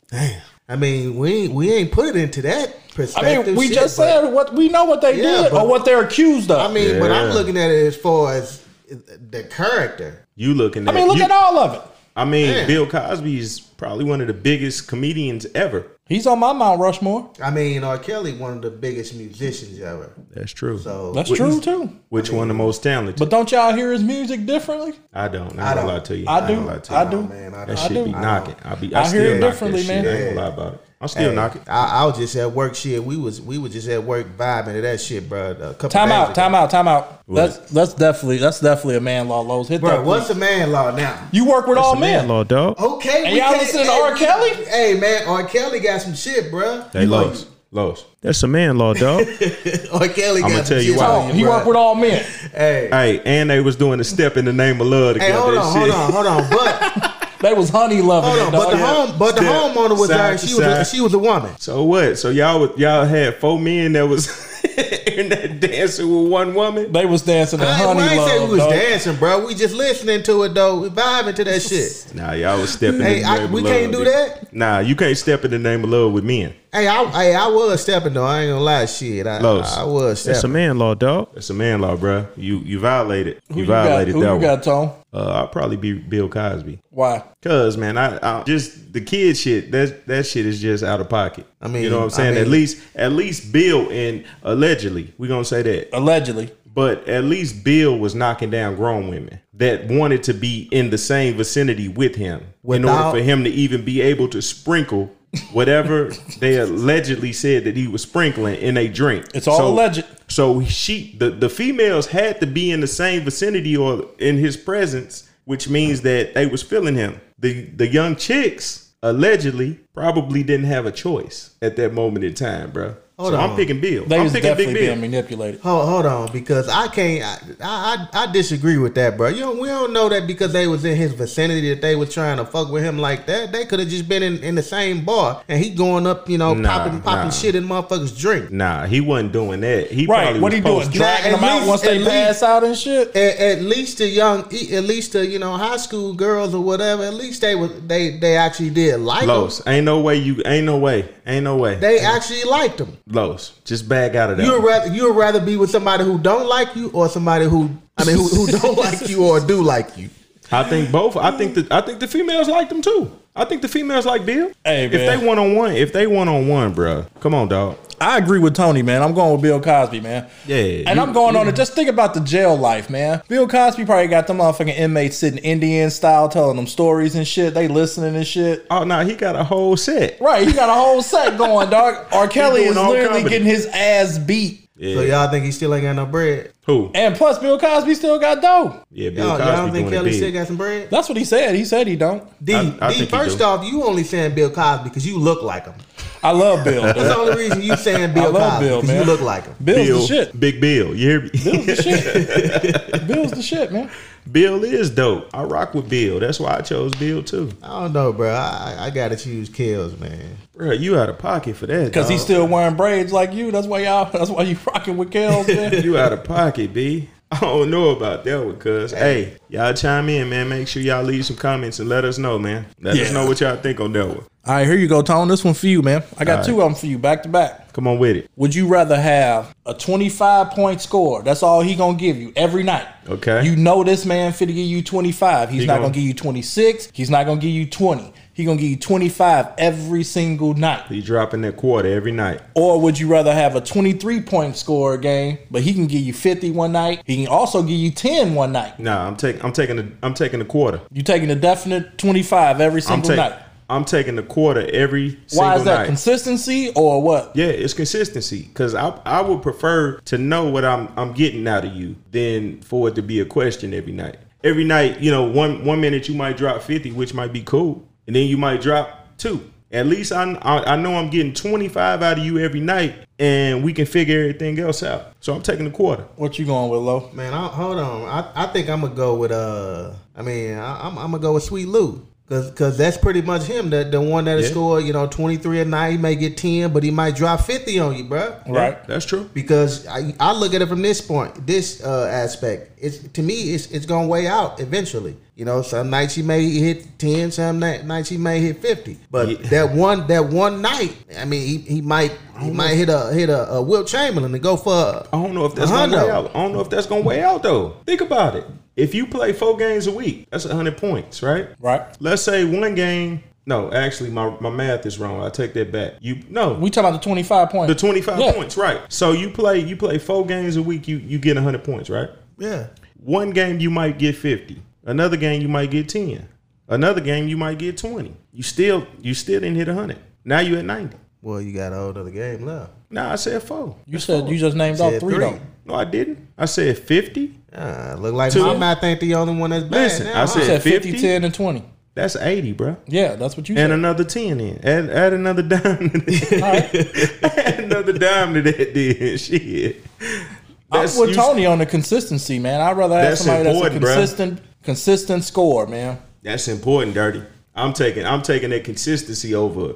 [SPEAKER 5] I mean, we ain't, we ain't put it into that
[SPEAKER 3] I
[SPEAKER 5] perspective.
[SPEAKER 3] mean, we
[SPEAKER 5] shit,
[SPEAKER 3] just
[SPEAKER 5] but-
[SPEAKER 3] said what we know what they
[SPEAKER 5] Yeah,
[SPEAKER 3] did
[SPEAKER 5] but-
[SPEAKER 3] or what they're accused of.
[SPEAKER 5] I mean, but I'm
[SPEAKER 4] Yeah.
[SPEAKER 5] looking at it as far as the character.
[SPEAKER 4] You looking at?
[SPEAKER 3] I mean, look
[SPEAKER 4] you-
[SPEAKER 3] at all of it.
[SPEAKER 4] I mean,
[SPEAKER 5] Yeah.
[SPEAKER 4] Bill Cosby is probably one of the biggest comedians ever.
[SPEAKER 3] He's on my Mount Rushmore.
[SPEAKER 5] I mean, R. Kelly, one of the biggest musicians ever.
[SPEAKER 4] That's true.
[SPEAKER 5] So
[SPEAKER 3] That's
[SPEAKER 4] Well,
[SPEAKER 3] true
[SPEAKER 4] he's-
[SPEAKER 3] too.
[SPEAKER 4] Which one the most talented?
[SPEAKER 3] But don't y'all hear his music differently?
[SPEAKER 4] I don't. I
[SPEAKER 5] I
[SPEAKER 4] don't
[SPEAKER 5] don't.
[SPEAKER 4] lie to you.
[SPEAKER 3] I do.
[SPEAKER 4] ain't gonna lie to
[SPEAKER 3] I
[SPEAKER 4] you.
[SPEAKER 3] do.
[SPEAKER 5] man, I
[SPEAKER 4] That
[SPEAKER 5] don't-
[SPEAKER 4] shit
[SPEAKER 3] do.
[SPEAKER 4] be
[SPEAKER 3] I
[SPEAKER 4] knocking. I be.
[SPEAKER 3] I
[SPEAKER 4] I,
[SPEAKER 3] hear
[SPEAKER 4] still
[SPEAKER 3] it
[SPEAKER 4] knock that
[SPEAKER 3] differently, Oh,
[SPEAKER 4] shit. I
[SPEAKER 3] man.
[SPEAKER 4] ain't gonna lie about it. I'm still
[SPEAKER 5] Hey,
[SPEAKER 4] knocking.
[SPEAKER 5] I, I was just at work. Shit, we was we was just at work vibing to that shit, bro. A couple
[SPEAKER 3] Time
[SPEAKER 5] days
[SPEAKER 3] out,
[SPEAKER 5] ago.
[SPEAKER 3] time out, time out. That's that's definitely that's definitely a man law. Lowe's hit
[SPEAKER 5] bro.
[SPEAKER 3] that.
[SPEAKER 5] What's
[SPEAKER 3] please.
[SPEAKER 5] the man law now?
[SPEAKER 3] you work with all
[SPEAKER 2] It's a man
[SPEAKER 3] men.
[SPEAKER 2] law, dog.
[SPEAKER 5] Okay,
[SPEAKER 3] And y'all
[SPEAKER 5] can't-
[SPEAKER 3] listening to
[SPEAKER 5] hey,
[SPEAKER 3] R.
[SPEAKER 5] we-
[SPEAKER 3] Kelly?
[SPEAKER 5] Hey man, R. Kelly got some shit, bro.
[SPEAKER 4] They lost. Lost.
[SPEAKER 2] That's a man law, dog.
[SPEAKER 5] R. Kelly got
[SPEAKER 4] I'ma
[SPEAKER 5] some
[SPEAKER 4] tell you
[SPEAKER 5] shit.
[SPEAKER 4] why.
[SPEAKER 5] on
[SPEAKER 3] He
[SPEAKER 5] bruh.
[SPEAKER 3] worked with all men.
[SPEAKER 5] Hey,
[SPEAKER 4] Hey, and they was doing a step in the name of love to
[SPEAKER 5] hey,
[SPEAKER 4] get
[SPEAKER 5] hold
[SPEAKER 4] that
[SPEAKER 5] on,
[SPEAKER 4] shit.
[SPEAKER 5] hold on, hold on. But
[SPEAKER 3] They was honey loving
[SPEAKER 5] hold on,
[SPEAKER 3] it,
[SPEAKER 5] but
[SPEAKER 3] dog.
[SPEAKER 5] the home, but the
[SPEAKER 4] Step
[SPEAKER 5] homeowner was
[SPEAKER 4] side
[SPEAKER 5] there.
[SPEAKER 4] to
[SPEAKER 5] She was a,
[SPEAKER 4] side.
[SPEAKER 5] she was a woman.
[SPEAKER 4] So what? So y'all was- y'all had four men that was in that dancing with one woman.
[SPEAKER 3] They was dancing to
[SPEAKER 5] I, ain't-
[SPEAKER 3] honey
[SPEAKER 5] we ain't
[SPEAKER 3] love.
[SPEAKER 5] say we was
[SPEAKER 3] dog.
[SPEAKER 5] dancing, bro. We just listening to it though. We vibing to that shit.
[SPEAKER 4] Nah, y'all was stepping.
[SPEAKER 5] Hey,
[SPEAKER 4] in the
[SPEAKER 5] I-
[SPEAKER 4] name of
[SPEAKER 5] we
[SPEAKER 4] love.
[SPEAKER 5] can't do that?
[SPEAKER 4] Nah, you can't step in the name of love with men.
[SPEAKER 5] Hey, I, hey, I was stepping though. I ain't gonna lie, shit. I,
[SPEAKER 4] Los.
[SPEAKER 5] I was
[SPEAKER 2] That's a
[SPEAKER 5] stepping.
[SPEAKER 2] man law, dog.
[SPEAKER 4] That's a man law, bruh. You you violated.
[SPEAKER 3] Who
[SPEAKER 4] You violated
[SPEAKER 3] got, who
[SPEAKER 4] that
[SPEAKER 3] you
[SPEAKER 4] one.
[SPEAKER 3] got, Tone?
[SPEAKER 4] Uh, I'll probably be Bill Cosby.
[SPEAKER 3] Why?
[SPEAKER 4] Cause man, I, I just the kid shit. That that shit is just out of pocket.
[SPEAKER 5] I mean,
[SPEAKER 4] you know what I'm
[SPEAKER 5] I
[SPEAKER 4] saying. at
[SPEAKER 5] mean-
[SPEAKER 4] least, at least Bill and allegedly, we gonna say that.
[SPEAKER 3] Allegedly.
[SPEAKER 4] But at least Bill was knocking down grown women that wanted to be in the same vicinity with him in
[SPEAKER 5] Without-
[SPEAKER 4] order for him to even be able to sprinkle whatever they allegedly said that he was sprinkling in a drink.
[SPEAKER 3] It's all alleged.
[SPEAKER 4] So she the, the females had to be in the same vicinity or in his presence, which means that they was feeling him. The the young chicks allegedly probably didn't have a choice at that moment in time, bro.
[SPEAKER 5] Hold
[SPEAKER 4] so
[SPEAKER 5] on.
[SPEAKER 4] I'm picking Bill.
[SPEAKER 3] They
[SPEAKER 4] I'm
[SPEAKER 3] was
[SPEAKER 4] picking
[SPEAKER 3] definitely
[SPEAKER 4] Big Bill.
[SPEAKER 3] being manipulated.
[SPEAKER 5] Hold, hold on, because I can't. I, I I disagree with that, bro. You don't, we don't know that because they was in his vicinity that they was trying to fuck with him like that. They could have just been in, in the same bar and he going up, you know,
[SPEAKER 4] Nah,
[SPEAKER 5] popping popping
[SPEAKER 4] nah.
[SPEAKER 5] shit in motherfuckers drink.
[SPEAKER 4] Nah, he wasn't doing that. He
[SPEAKER 3] Right.
[SPEAKER 4] probably
[SPEAKER 3] What
[SPEAKER 4] was
[SPEAKER 3] he doing?
[SPEAKER 4] posting-
[SPEAKER 3] Dragging
[SPEAKER 5] at
[SPEAKER 3] them out
[SPEAKER 5] least-
[SPEAKER 3] once they
[SPEAKER 5] at
[SPEAKER 3] pass out and shit?
[SPEAKER 5] At, at least the young, e, at least the you know high school girls or whatever. At least they was they they actually did like him.
[SPEAKER 4] Los, ain't no way you, ain't no way, ain't no way.
[SPEAKER 5] They actually liked him.
[SPEAKER 4] Los, just back out of that.
[SPEAKER 5] You'd
[SPEAKER 4] one.
[SPEAKER 5] rather you'd rather be with somebody who don't like you or somebody who I mean who, who don't like you or do like you.
[SPEAKER 4] I think both. I think the, I think the females like them too. I think the females like Bill.
[SPEAKER 3] Hey,
[SPEAKER 4] if
[SPEAKER 3] man.
[SPEAKER 4] they one on one, if they one on one, bro, come on, dog.
[SPEAKER 3] I agree with Tony, man. I'm going with Bill Cosby, man.
[SPEAKER 4] Yeah,
[SPEAKER 3] And
[SPEAKER 4] you-
[SPEAKER 3] I'm going on to just think about the jail life, man. Bill Cosby probably got them motherfucking inmates sitting Indian style telling them stories and shit. They listening and shit.
[SPEAKER 4] Oh no, he got a whole set.
[SPEAKER 3] Right, he got a whole set going, dog. R. Kelly
[SPEAKER 4] doing
[SPEAKER 3] is
[SPEAKER 4] all
[SPEAKER 3] literally
[SPEAKER 4] comedy.
[SPEAKER 3] getting his ass beat.
[SPEAKER 5] So y'all think he still ain't got no bread?
[SPEAKER 4] Who?
[SPEAKER 3] And plus, Bill Cosby still got dough.
[SPEAKER 4] Yeah, Bill
[SPEAKER 5] Y'all,
[SPEAKER 4] Cosby
[SPEAKER 5] y'all don't think
[SPEAKER 4] doing
[SPEAKER 5] Kelly
[SPEAKER 4] it
[SPEAKER 5] still
[SPEAKER 4] big.
[SPEAKER 5] got some bread?
[SPEAKER 3] That's what he said. He said he don't.
[SPEAKER 5] D,
[SPEAKER 4] I- I think
[SPEAKER 5] D
[SPEAKER 4] he
[SPEAKER 5] first
[SPEAKER 4] do.
[SPEAKER 5] off, you only saying Bill Cosby because you look like him.
[SPEAKER 3] I love Bill.
[SPEAKER 5] That's
[SPEAKER 3] dude.
[SPEAKER 5] the only reason you saying
[SPEAKER 3] I
[SPEAKER 5] Bill
[SPEAKER 3] love
[SPEAKER 5] Cosby
[SPEAKER 3] Bill,
[SPEAKER 5] because you
[SPEAKER 3] man.
[SPEAKER 5] look like him.
[SPEAKER 3] Bill's
[SPEAKER 4] Bill,
[SPEAKER 3] the shit.
[SPEAKER 4] Big Bill. You hear me?
[SPEAKER 3] Bill's the shit. Bill's the shit, man.
[SPEAKER 4] Bill is dope. I rock with Bill. That's why I chose Bill too.
[SPEAKER 5] I don't know, bro. I, I gotta choose Kells, man.
[SPEAKER 4] Bro, you out of pocket for that.
[SPEAKER 3] Because he's
[SPEAKER 4] dawg.
[SPEAKER 3] still wearing braids like you. That's why y'all. That's why you rocking with Kells, man.
[SPEAKER 4] You out of pocket, B. I don't know about that one, cuz. Hey, y'all chime in, man. Make sure y'all leave some comments and let us know, man. Let
[SPEAKER 3] Yeah.
[SPEAKER 4] us know what y'all think on that one.
[SPEAKER 3] All right, here you go, Tone. This one for you, man. I got
[SPEAKER 4] All right.
[SPEAKER 3] two of them for you, back to back.
[SPEAKER 4] Come on with it.
[SPEAKER 3] Would you rather have a 25 point score? That's all he gonna give you every night.
[SPEAKER 4] Okay.
[SPEAKER 3] You know this man fit to give you 25. He's
[SPEAKER 4] He
[SPEAKER 3] not
[SPEAKER 4] gonna-
[SPEAKER 3] gonna give you 26. He's not gonna give you 20. He gonna give you twenty five every single night.
[SPEAKER 4] He dropping that quarter every night.
[SPEAKER 3] Or would you rather have a twenty three point score game, but he can give you fifty one night. He can also give you 10 one night.
[SPEAKER 4] Nah, I'm taking I'm taking the I'm taking the quarter.
[SPEAKER 3] You taking a definite twenty five every
[SPEAKER 4] I'm
[SPEAKER 3] single
[SPEAKER 4] taking
[SPEAKER 3] night.
[SPEAKER 4] I'm taking the quarter every
[SPEAKER 3] Why
[SPEAKER 4] single
[SPEAKER 3] is that
[SPEAKER 4] night.
[SPEAKER 3] consistency or what?
[SPEAKER 4] yeah, it's consistency because I I would prefer to know what I'm I'm getting out of you than for it to be a question every night. Every night, you know, one one minute you might drop fifty, which might be cool, and then you might drop two. At least I I, I know I'm getting twenty five out of you every night, and we can figure everything else out. So I'm taking the quarter.
[SPEAKER 3] What you going with, Lo?
[SPEAKER 5] Man, I, hold on. I, I think I'm gonna go with uh. I mean, I, I'm, I'm gonna go with Sweet Lou because cause that's pretty much him. That the one that
[SPEAKER 4] Yeah.
[SPEAKER 5] scored, you know, 23 a night. He may get 10, but he might drop 50 on you, bruh.
[SPEAKER 3] Right.
[SPEAKER 4] That's true.
[SPEAKER 5] Because I, I look at it from this point, this uh, aspect. It's to me, it's it's gonna weigh out eventually. You know, some nights he may hit 10, some night, nights he may hit 50. But
[SPEAKER 4] Yeah.
[SPEAKER 5] that one that one night, I mean, he, he might he might hit a hit a, a Will Chamberlain and go for. a-
[SPEAKER 4] I don't know if that's
[SPEAKER 5] A
[SPEAKER 4] gonna
[SPEAKER 5] hundo.
[SPEAKER 4] weigh out. I don't know if that's gonna weigh out though. Think about it. If you play four games a week, that's hundred points, right?
[SPEAKER 3] Right.
[SPEAKER 4] Let's say one game. No, actually, my, my math is wrong. I take that back. You no,
[SPEAKER 3] We talking about the twenty five point.
[SPEAKER 4] the twenty five
[SPEAKER 3] Yeah.
[SPEAKER 4] points, right? So you play you play four games a week. You you get hundred points, right?
[SPEAKER 5] Yeah.
[SPEAKER 4] One game you might get fifty. Another game you might get ten. Another game you might get twenty. You still you still didn't hit hundred. Now you at ninety.
[SPEAKER 5] Well, you got a whole other game left.
[SPEAKER 4] Now I said four.
[SPEAKER 3] You said you just named off
[SPEAKER 5] Said
[SPEAKER 3] three,
[SPEAKER 5] three.
[SPEAKER 3] though.
[SPEAKER 4] No, I didn't. I said fifty.
[SPEAKER 5] Uh, look like
[SPEAKER 4] Two.
[SPEAKER 5] my math ain't the only one that's bad.
[SPEAKER 4] Listen,
[SPEAKER 5] now,
[SPEAKER 4] I
[SPEAKER 5] huh?
[SPEAKER 3] You
[SPEAKER 4] said
[SPEAKER 3] said 50,
[SPEAKER 4] 50?
[SPEAKER 3] 10, and twenty.
[SPEAKER 4] That's eighty, bruh.
[SPEAKER 3] Yeah, that's what you
[SPEAKER 4] And
[SPEAKER 3] said.
[SPEAKER 4] another ten in. Add, add another dime to that.
[SPEAKER 3] All right.
[SPEAKER 4] add another dime to that then. Shit.
[SPEAKER 3] I'm
[SPEAKER 4] That's-
[SPEAKER 3] with
[SPEAKER 4] you-
[SPEAKER 3] Uh, Tony on the consistency, man. I'd rather have
[SPEAKER 4] That's
[SPEAKER 3] somebody that's a
[SPEAKER 4] important, bruh.
[SPEAKER 3] consistent, consistent score, man.
[SPEAKER 4] That's important, Dirty. I'm taking I'm taking that consistency over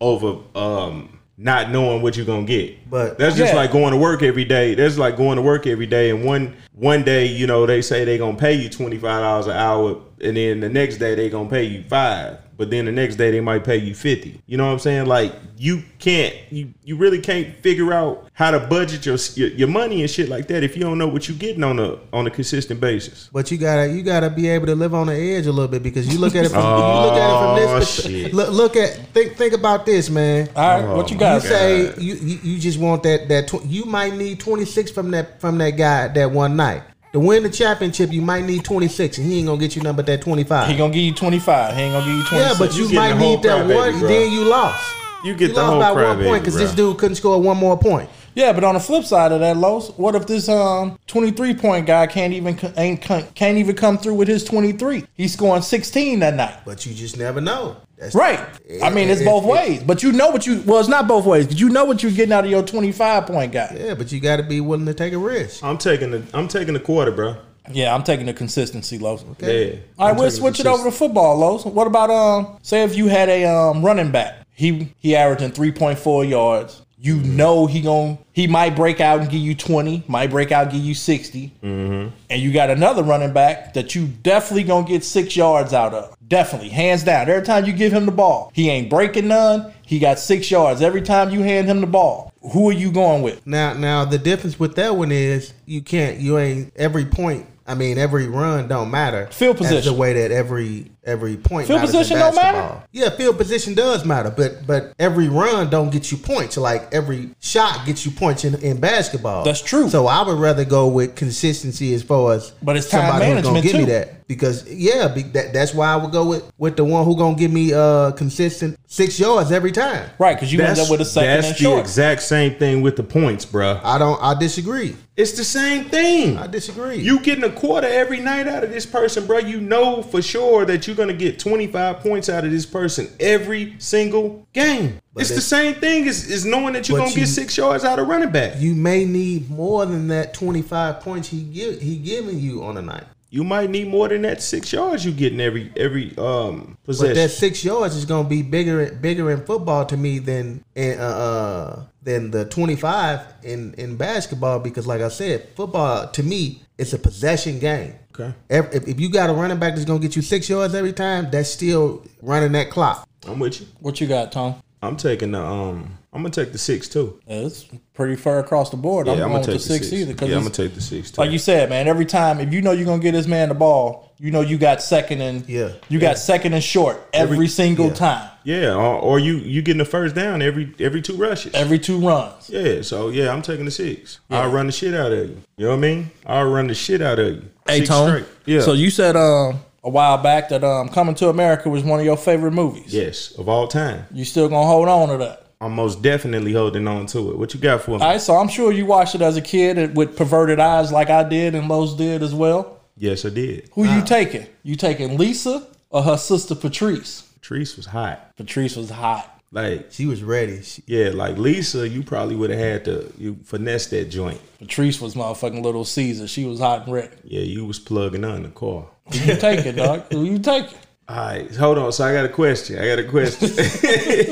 [SPEAKER 4] over um not knowing what you're gonna get.
[SPEAKER 5] But-
[SPEAKER 4] that's just
[SPEAKER 3] Yeah.
[SPEAKER 4] like going to work every day. That's like going to work every day and one one day, you know, they say they gonna pay you twenty five dollars an hour and then the next day they gonna pay you five. But then the next day they might pay you fifty. You know what I'm saying? Like you can't, you you really can't figure out how to budget your your, your money and shit like that if you don't know what you're getting on a on a consistent basis.
[SPEAKER 5] But you gotta you gotta be able to live on the edge a little bit because you look at it from you look at it from
[SPEAKER 4] Oh,
[SPEAKER 5] this perspective.
[SPEAKER 4] shit.
[SPEAKER 5] Look, look at think think about this, man.
[SPEAKER 3] All right, what you got?
[SPEAKER 5] You say you, you you just want that that tw- you might need 26 from that from that guy that one night to win the championship. You might need 26, and he ain't gonna get you nothing but that 25.
[SPEAKER 3] he gonna give you twenty five. He ain't gonna give you twenty.
[SPEAKER 5] yeah, but
[SPEAKER 4] You
[SPEAKER 5] you,
[SPEAKER 4] getting
[SPEAKER 5] might
[SPEAKER 4] the whole
[SPEAKER 5] need that
[SPEAKER 4] crybaby,
[SPEAKER 5] one.
[SPEAKER 4] bro.
[SPEAKER 5] Then you lost.
[SPEAKER 4] You get
[SPEAKER 5] You
[SPEAKER 4] the
[SPEAKER 5] lost
[SPEAKER 4] whole
[SPEAKER 5] by one
[SPEAKER 4] crybaby,
[SPEAKER 5] point because this
[SPEAKER 4] bruh.
[SPEAKER 5] dude couldn't score one more point.
[SPEAKER 3] Yeah, but on the flip side of that, Los, what if this um twenty three point guy can't even co- ain't co- can't even come through with his twenty three? He's scoring sixteen that night.
[SPEAKER 5] But you just never know. That's
[SPEAKER 3] Right. I mean, it's both ways, but you know what you well, it's not both ways, but you know what you're getting out of your twenty five point guy.
[SPEAKER 5] Yeah, but you got to be willing to take a risk.
[SPEAKER 4] I'm taking the I'm taking the quarter, bro.
[SPEAKER 3] Yeah, I'm taking the consistency, Los.
[SPEAKER 4] Yeah.
[SPEAKER 3] All
[SPEAKER 4] I'm
[SPEAKER 3] right, we'll
[SPEAKER 4] taking
[SPEAKER 3] switch it
[SPEAKER 4] consist-
[SPEAKER 3] over to football, Los. What about um? Say if you had a um running back, he he averaging three point four yards. You
[SPEAKER 4] Mm-hmm.
[SPEAKER 3] know he gon' he might break out and give you twenty, might break out give you 60
[SPEAKER 4] Mm-hmm.
[SPEAKER 3] and you got another running back that you definitely gonna get six yards out of. Definitely, hands down. Every time you give him the ball, he ain't breaking none. He got six yards every time you hand him the ball. Who are you going with?
[SPEAKER 5] Now, now the difference with that one is you can't, you ain't every point. I mean, every run don't matter.
[SPEAKER 3] Field
[SPEAKER 5] That's the
[SPEAKER 3] position.
[SPEAKER 5] way that every every point.
[SPEAKER 3] Field
[SPEAKER 5] matters in
[SPEAKER 3] position don't matter?
[SPEAKER 5] basketball. Yeah, field position does matter, but but every run don't get you points. Like every shot gets you points in, in basketball.
[SPEAKER 3] That's true.
[SPEAKER 5] So I would rather go with consistency as far as
[SPEAKER 3] But it's time
[SPEAKER 5] somebody who's gonna
[SPEAKER 3] management,
[SPEAKER 5] give me
[SPEAKER 3] too.
[SPEAKER 5] that because yeah, be, that, that's why I would go with with the one who gonna give me uh consistent six yards every time.
[SPEAKER 3] Right, because you end up with a second
[SPEAKER 4] that's
[SPEAKER 3] and
[SPEAKER 4] the
[SPEAKER 3] short.
[SPEAKER 4] exact same thing with the points, bro.
[SPEAKER 5] I don't. I disagree.
[SPEAKER 4] It's the same thing.
[SPEAKER 5] I disagree.
[SPEAKER 4] You getting a quarter every night out of this person, bro. You know for sure that you're gonna get 25 points out of this person every single game. it's the
[SPEAKER 5] it's-
[SPEAKER 4] same thing as, as knowing that you're
[SPEAKER 5] but
[SPEAKER 4] gonna
[SPEAKER 5] you-
[SPEAKER 4] get six yards out of running back.
[SPEAKER 5] you may need more than that 25 points he give he giving you on a night.
[SPEAKER 4] You might need more than that six yards you getting every every um
[SPEAKER 5] But that
[SPEAKER 4] possession.
[SPEAKER 5] six yards is gonna be bigger bigger in football to me than in, uh, uh, than the 25 in in basketball because like I said, football to me it's a possession game.
[SPEAKER 4] Okay.
[SPEAKER 5] Ev- If, if you got a running back that's gonna get you six yards every time, that's still running that clock.
[SPEAKER 4] I'm with you.
[SPEAKER 3] What you got, Tom?
[SPEAKER 4] I'm taking the um. I'm gonna take the six too.
[SPEAKER 3] Yeah, it's pretty far across the board.
[SPEAKER 4] Yeah,
[SPEAKER 3] I'm,
[SPEAKER 4] I'm,
[SPEAKER 3] going
[SPEAKER 4] gonna
[SPEAKER 3] with
[SPEAKER 4] take
[SPEAKER 3] the six, either because
[SPEAKER 4] yeah, I'm gonna take the six too.
[SPEAKER 3] like you said, man. Every time, if you know you're gonna get this man the ball, you know you got second and
[SPEAKER 5] Yeah.
[SPEAKER 3] you got second and short every,
[SPEAKER 4] Every-
[SPEAKER 3] single
[SPEAKER 5] yeah.
[SPEAKER 3] time,
[SPEAKER 4] yeah, or, or you you getting the first down every every two rushes.
[SPEAKER 3] every two runs.
[SPEAKER 4] yeah, so yeah, I'm taking the six. I'll run the shit out of you. You know what I mean? I'll run the shit out of you.
[SPEAKER 3] Hey,
[SPEAKER 4] Six
[SPEAKER 3] Tone.
[SPEAKER 4] straight. Yeah.
[SPEAKER 3] So you said um a while back that um Coming to America was one of your favorite movies.
[SPEAKER 4] yes, of all time,
[SPEAKER 3] You still gonna hold on to that?
[SPEAKER 4] I'm most definitely holding on to it. What you got for me?
[SPEAKER 3] All right. So I'm sure you watched it as a kid and with perverted eyes, like I did and Los did as well.
[SPEAKER 4] yes, I did.
[SPEAKER 3] Who you taking? You taking Lisa or her sister Patrice?
[SPEAKER 4] Patrice was hot.
[SPEAKER 3] Patrice was hot.
[SPEAKER 4] Like
[SPEAKER 5] She was ready. She,
[SPEAKER 4] yeah, like Lisa, you probably would have had to you finesse that joint.
[SPEAKER 3] Patrice was motherfucking Little Caesar. She was hot and ready.
[SPEAKER 4] Yeah, you was plugging on the car.
[SPEAKER 3] Who you taking, dog? Who you taking?
[SPEAKER 4] All right, hold on. So I got a question. I got a question.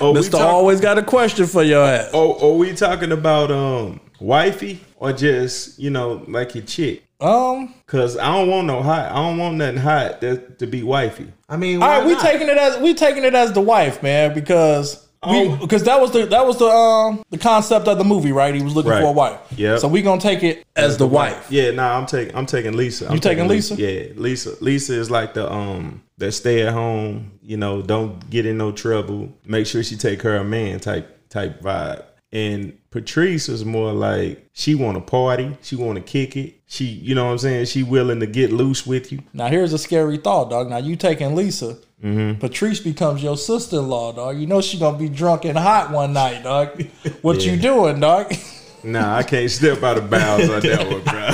[SPEAKER 4] oh, we
[SPEAKER 3] Mister
[SPEAKER 4] talk-
[SPEAKER 3] always got a question for your ass.
[SPEAKER 4] oh, are we talking about um wifey or just you know like your chick?
[SPEAKER 3] Um.
[SPEAKER 4] Cause I don't want no hot. I don't want nothing hot that, to be wifey.
[SPEAKER 5] I mean,
[SPEAKER 3] All
[SPEAKER 5] why
[SPEAKER 3] right, we
[SPEAKER 5] not?
[SPEAKER 3] taking it as we taking it as the wife, man, because we
[SPEAKER 4] Oh.
[SPEAKER 3] because that was the that was the um the concept of the movie, right? He was looking
[SPEAKER 4] Right.
[SPEAKER 3] for a wife.
[SPEAKER 4] Yep.
[SPEAKER 3] So we gonna take it as, the, wife.
[SPEAKER 4] Yeah, nah, I'm taking I'm taking Lisa. I'm
[SPEAKER 3] You taking Lisa?
[SPEAKER 4] Yeah, Lisa. Lisa is like the um that stay at home. You know, don't get in no trouble. Make sure she take her a man type type vibe. And Patrice is more like she want to party. She want to kick it. She, you know what I'm saying. She willing to get loose with you.
[SPEAKER 3] Now here's a scary thought, dog. Now you taking Lisa, Patrice becomes your sister in law, dog. You know she gonna be drunk and hot one night, dog. What you doing, dog?
[SPEAKER 4] Nah, I can't step out of bounds on that one, bro.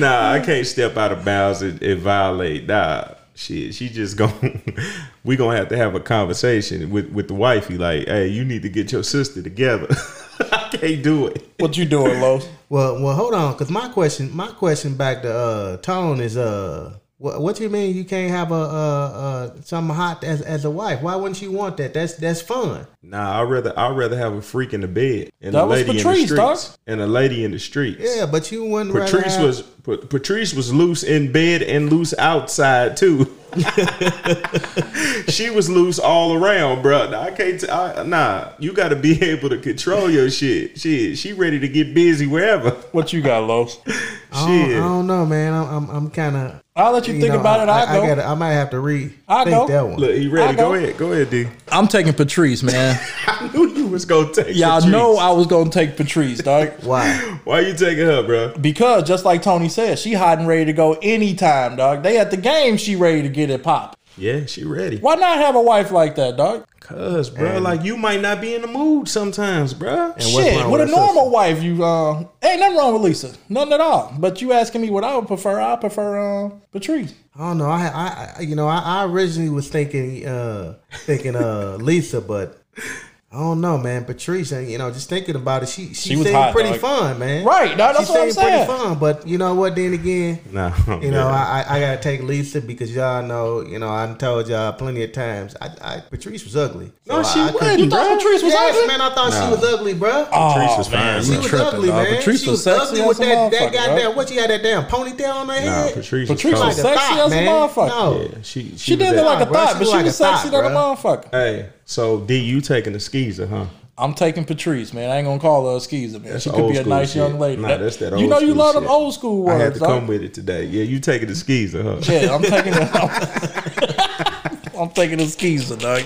[SPEAKER 4] nah, I can't step out of bounds and, and violate. Nah, shit, she just gon' we gonna have to have a conversation with with the wifey. Like, hey, you need to get your sister together. I can't do it.
[SPEAKER 3] what you doing, Los?
[SPEAKER 5] Well, well, hold on, because my question, my question back to uh, Tone is, uh, what, what you mean you can't have a, uh, uh, something hot as, as a wife? Why wouldn't you want that? That's that's fun.
[SPEAKER 4] Nah, I rather I rather have a freak in the bed and
[SPEAKER 3] That
[SPEAKER 4] a
[SPEAKER 3] was
[SPEAKER 4] lady in
[SPEAKER 3] Patrice,
[SPEAKER 4] the
[SPEAKER 3] dog.
[SPEAKER 4] streets and a lady in the streets.
[SPEAKER 5] Yeah, but you wouldn't. rather
[SPEAKER 4] Patrice
[SPEAKER 5] have-
[SPEAKER 4] was Pat- Patrice was loose in bed and loose outside too. she was loose all around, bruh. I can't. T- I, nah, you got to be able to control your shit. Shit, she ready to get busy wherever.
[SPEAKER 3] What you got, Los?
[SPEAKER 5] I don't,
[SPEAKER 4] Shit.
[SPEAKER 5] I don't know, man. I'm I'm, I'm kind of.
[SPEAKER 3] I'll let you, think about it. I,
[SPEAKER 5] I,
[SPEAKER 3] go.
[SPEAKER 5] gotta, I might have to read.
[SPEAKER 3] I
[SPEAKER 5] think
[SPEAKER 3] go.
[SPEAKER 5] that one.
[SPEAKER 4] Look, he ready.
[SPEAKER 3] I
[SPEAKER 4] Go
[SPEAKER 3] know.
[SPEAKER 4] ahead. Go ahead, D.
[SPEAKER 3] I'm taking Patrice, man.
[SPEAKER 4] I knew you was gonna take.
[SPEAKER 3] Y'all
[SPEAKER 4] Patrice.
[SPEAKER 3] know I was gonna take Patrice, dog.
[SPEAKER 5] Why?
[SPEAKER 4] Why you taking her, bruh?
[SPEAKER 3] Because just like Tony said, she hot and ready to go anytime, dog. They at the game, she ready to get it pop.
[SPEAKER 4] Yeah, she ready.
[SPEAKER 3] Why not have a wife like that, dog?
[SPEAKER 4] Cause, bruh, like you might not be in the mood sometimes, bruh.
[SPEAKER 5] And what's
[SPEAKER 3] Shit,
[SPEAKER 5] wrong
[SPEAKER 3] with a
[SPEAKER 5] her
[SPEAKER 3] normal
[SPEAKER 5] sister?
[SPEAKER 3] wife, you uh, ain't nothing wrong with Lisa, nothing at all. But you asking me what I would prefer? I prefer uh, Patrice.
[SPEAKER 5] I don't know. I, I, I you know, I, I originally was thinking, uh, thinking, uh, Lisa, but I don't know, man. Patrice, and you know, just thinking about it, she she,
[SPEAKER 3] She was
[SPEAKER 5] seemed
[SPEAKER 3] hot,
[SPEAKER 5] pretty
[SPEAKER 3] dog.
[SPEAKER 5] fun, man.
[SPEAKER 3] Right, dog, that's
[SPEAKER 5] she
[SPEAKER 3] what I'm
[SPEAKER 5] seemed
[SPEAKER 3] saying.
[SPEAKER 5] pretty fun, but you know what? Then again,
[SPEAKER 4] Nah,
[SPEAKER 5] you know, I, I I gotta take Lisa because y'all know, you know, I done told y'all plenty of times. I, I Patrice was ugly. So
[SPEAKER 4] No, she
[SPEAKER 5] I, I couldn't-
[SPEAKER 4] wasn't,
[SPEAKER 3] You thought
[SPEAKER 4] bruh.
[SPEAKER 3] Patrice was
[SPEAKER 5] yes,
[SPEAKER 3] ugly? Oh,
[SPEAKER 5] man, I thought she was ugly, bruh.
[SPEAKER 4] Patrice was fine.
[SPEAKER 5] She
[SPEAKER 4] bruh.
[SPEAKER 5] was ugly,
[SPEAKER 3] dog.
[SPEAKER 5] man.
[SPEAKER 3] Patrice
[SPEAKER 5] she
[SPEAKER 3] was
[SPEAKER 5] was
[SPEAKER 3] sexy
[SPEAKER 5] ugly
[SPEAKER 3] as
[SPEAKER 5] with
[SPEAKER 3] a
[SPEAKER 5] that, that
[SPEAKER 3] motherfucker,
[SPEAKER 5] goddamn.
[SPEAKER 3] dog.
[SPEAKER 5] What she had that damn ponytail on her
[SPEAKER 4] Nah,
[SPEAKER 5] head?
[SPEAKER 4] Patrice,
[SPEAKER 3] Patrice
[SPEAKER 4] cold.
[SPEAKER 3] was sexy
[SPEAKER 5] thought,
[SPEAKER 3] as a
[SPEAKER 5] man.
[SPEAKER 3] motherfucker.
[SPEAKER 5] No.
[SPEAKER 4] Yeah, she she,
[SPEAKER 3] Oh. She
[SPEAKER 4] was
[SPEAKER 3] did
[SPEAKER 4] that-
[SPEAKER 3] look like a
[SPEAKER 5] Nah, bruh,
[SPEAKER 3] thought,
[SPEAKER 5] she
[SPEAKER 3] but she
[SPEAKER 5] like
[SPEAKER 3] was
[SPEAKER 5] a thot,
[SPEAKER 3] sexy than a
[SPEAKER 5] bruh.
[SPEAKER 3] motherfucker.
[SPEAKER 4] Hey, so D, you taking the skeezer, huh?
[SPEAKER 3] I'm taking Patrice, man. I ain't gonna call her a skeezer, man.
[SPEAKER 4] That's
[SPEAKER 3] she could
[SPEAKER 4] old
[SPEAKER 3] be a
[SPEAKER 4] school
[SPEAKER 3] nice young
[SPEAKER 4] shit.
[SPEAKER 3] lady.
[SPEAKER 4] Nah,
[SPEAKER 3] That-
[SPEAKER 4] that's that
[SPEAKER 3] you
[SPEAKER 4] old
[SPEAKER 3] know you
[SPEAKER 4] school
[SPEAKER 3] love them
[SPEAKER 4] shit.
[SPEAKER 3] old school
[SPEAKER 4] I
[SPEAKER 3] words.
[SPEAKER 4] had to
[SPEAKER 3] dog.
[SPEAKER 4] come with it today. Yeah, you taking the skeezer, huh?
[SPEAKER 3] Yeah, I'm taking a, I'm, I'm taking a skeezer, dog.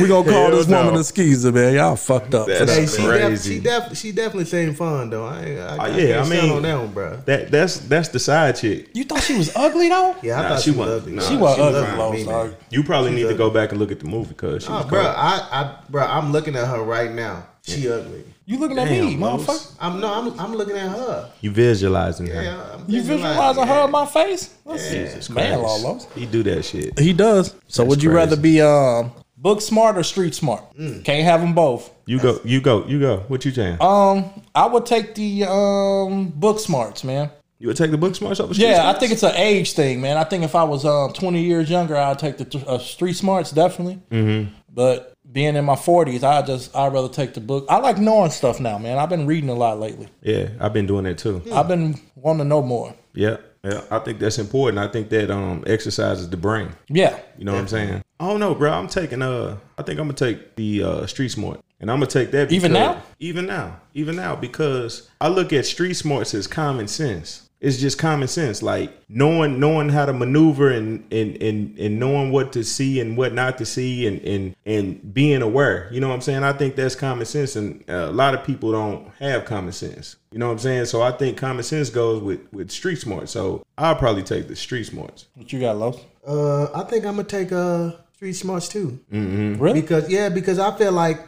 [SPEAKER 3] We gonna call
[SPEAKER 4] Hell
[SPEAKER 3] this
[SPEAKER 4] no.
[SPEAKER 3] woman a skeezer, man. Y'all fucked up.
[SPEAKER 4] That's
[SPEAKER 5] Hey, she, def-
[SPEAKER 4] crazy.
[SPEAKER 5] she, def- she definitely seemed fun though. I, ain't- I, I
[SPEAKER 4] Oh,
[SPEAKER 5] yeah,
[SPEAKER 4] yeah,
[SPEAKER 5] can't
[SPEAKER 4] I
[SPEAKER 5] stand
[SPEAKER 4] mean-
[SPEAKER 5] on that one, bro.
[SPEAKER 4] That that's that's the side chick.
[SPEAKER 3] You thought she was ugly though?
[SPEAKER 5] Yeah, I
[SPEAKER 4] Nah,
[SPEAKER 5] thought
[SPEAKER 4] she
[SPEAKER 5] she, was
[SPEAKER 4] wasn't-
[SPEAKER 5] ugly.
[SPEAKER 4] nah,
[SPEAKER 3] She was
[SPEAKER 4] she
[SPEAKER 3] ugly,
[SPEAKER 5] wasn't
[SPEAKER 3] though,
[SPEAKER 5] me,
[SPEAKER 3] dog.
[SPEAKER 5] man.
[SPEAKER 4] You probably need to go back and look at the movie because she
[SPEAKER 5] Oh,
[SPEAKER 4] was
[SPEAKER 5] bro,
[SPEAKER 4] cold.
[SPEAKER 5] I, I, bro, I'm looking at her right now. She ugly.
[SPEAKER 3] You looking at
[SPEAKER 4] Damn,
[SPEAKER 3] me,
[SPEAKER 4] Los.
[SPEAKER 3] motherfucker?
[SPEAKER 5] I'm no, I'm, I'm looking at her.
[SPEAKER 4] You visualizing her.
[SPEAKER 5] Yeah, I'm
[SPEAKER 3] You
[SPEAKER 5] thinking
[SPEAKER 3] visualizing
[SPEAKER 5] like,
[SPEAKER 3] her
[SPEAKER 5] yeah.
[SPEAKER 3] in my face? That's-
[SPEAKER 4] Jesus
[SPEAKER 3] Man,
[SPEAKER 4] Christ.
[SPEAKER 3] Lolo.
[SPEAKER 4] He do that shit.
[SPEAKER 3] He does. So would you
[SPEAKER 4] crazy. Mm.
[SPEAKER 3] rather be um book smart or street smart? Can't have them both.
[SPEAKER 4] You go, you go, you go. What you saying?
[SPEAKER 3] Um, I would take the um book smarts, man.
[SPEAKER 4] you would take the book smarts over
[SPEAKER 3] Yeah, I think it's an age thing, man. I think if I was um, 20 years younger, I'd take the th- uh, street smarts definitely. Mm-hmm. But being in my 40s, I just I'd rather take the book. I like knowing stuff now, man. I've been reading a lot lately.
[SPEAKER 4] Yeah, I've been doing that too.
[SPEAKER 3] I've been wanting to know more.
[SPEAKER 4] Yep. Yeah, I think that's important. I think that um exercises the brain.
[SPEAKER 3] Yeah.
[SPEAKER 4] You know what I'm saying? I don't know, bro. I'm taking uh I think I'm gonna take the uh street smart. And I'm gonna take that
[SPEAKER 3] Even
[SPEAKER 4] because-
[SPEAKER 3] now?
[SPEAKER 4] Even now. Even now, because I look at street smarts as common sense. It's just common sense. Like knowing knowing how to maneuver and and and, and knowing what to see and what not to see and and and being aware. You know what I'm saying? I think that's common sense and uh, a lot of people don't have common sense. You know what I'm saying? So I think common sense goes with with street smarts. So I'll probably take the street smarts.
[SPEAKER 3] What you got, Los?
[SPEAKER 5] Uh, I think I'm gonna take uh Street Smarts too.
[SPEAKER 4] Mm-hmm.
[SPEAKER 3] Really?
[SPEAKER 5] Because yeah, because I feel like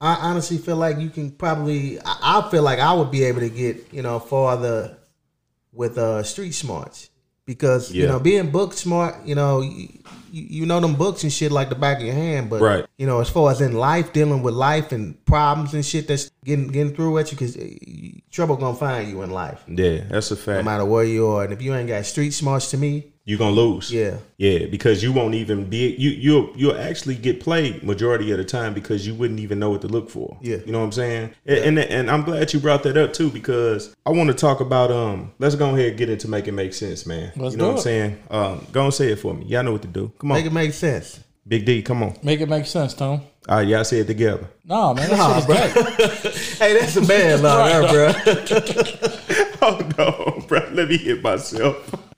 [SPEAKER 5] I honestly feel like you can probably I, I feel like I would be able to get you know farther with uh street smarts because you
[SPEAKER 4] Yeah.
[SPEAKER 5] know being book smart you know you, you know them books and shit like the back of your hand but
[SPEAKER 4] Right.
[SPEAKER 5] you know as far as in life dealing with life and problems and shit that's getting getting through at you because trouble gonna find you in life
[SPEAKER 4] Yeah, that's a fact.
[SPEAKER 5] no matter where you are and if you ain't got street smarts to me
[SPEAKER 4] you're gonna lose.
[SPEAKER 5] Yeah.
[SPEAKER 4] yeah, because you won't even be you you'll you'll actually get played majority of the time because you wouldn't even know what to look for.
[SPEAKER 5] Yeah.
[SPEAKER 4] you know what I'm saying. And, and and I'm glad you brought that up too because I want to talk about um. Let's go ahead and get into make it make sense, man.
[SPEAKER 3] Let's
[SPEAKER 4] you know what
[SPEAKER 3] do it.
[SPEAKER 4] I'm saying. Um, go and say it for me. Y'all know what to do. Come on,
[SPEAKER 5] make it make sense
[SPEAKER 4] Big D. Come on.
[SPEAKER 3] Make it make sense, Tom.
[SPEAKER 4] All right, y'all say it together.
[SPEAKER 3] No, man, that shit is tight.
[SPEAKER 5] hey that's a bad love there, bro
[SPEAKER 4] Oh no, bro. Let me hit myself.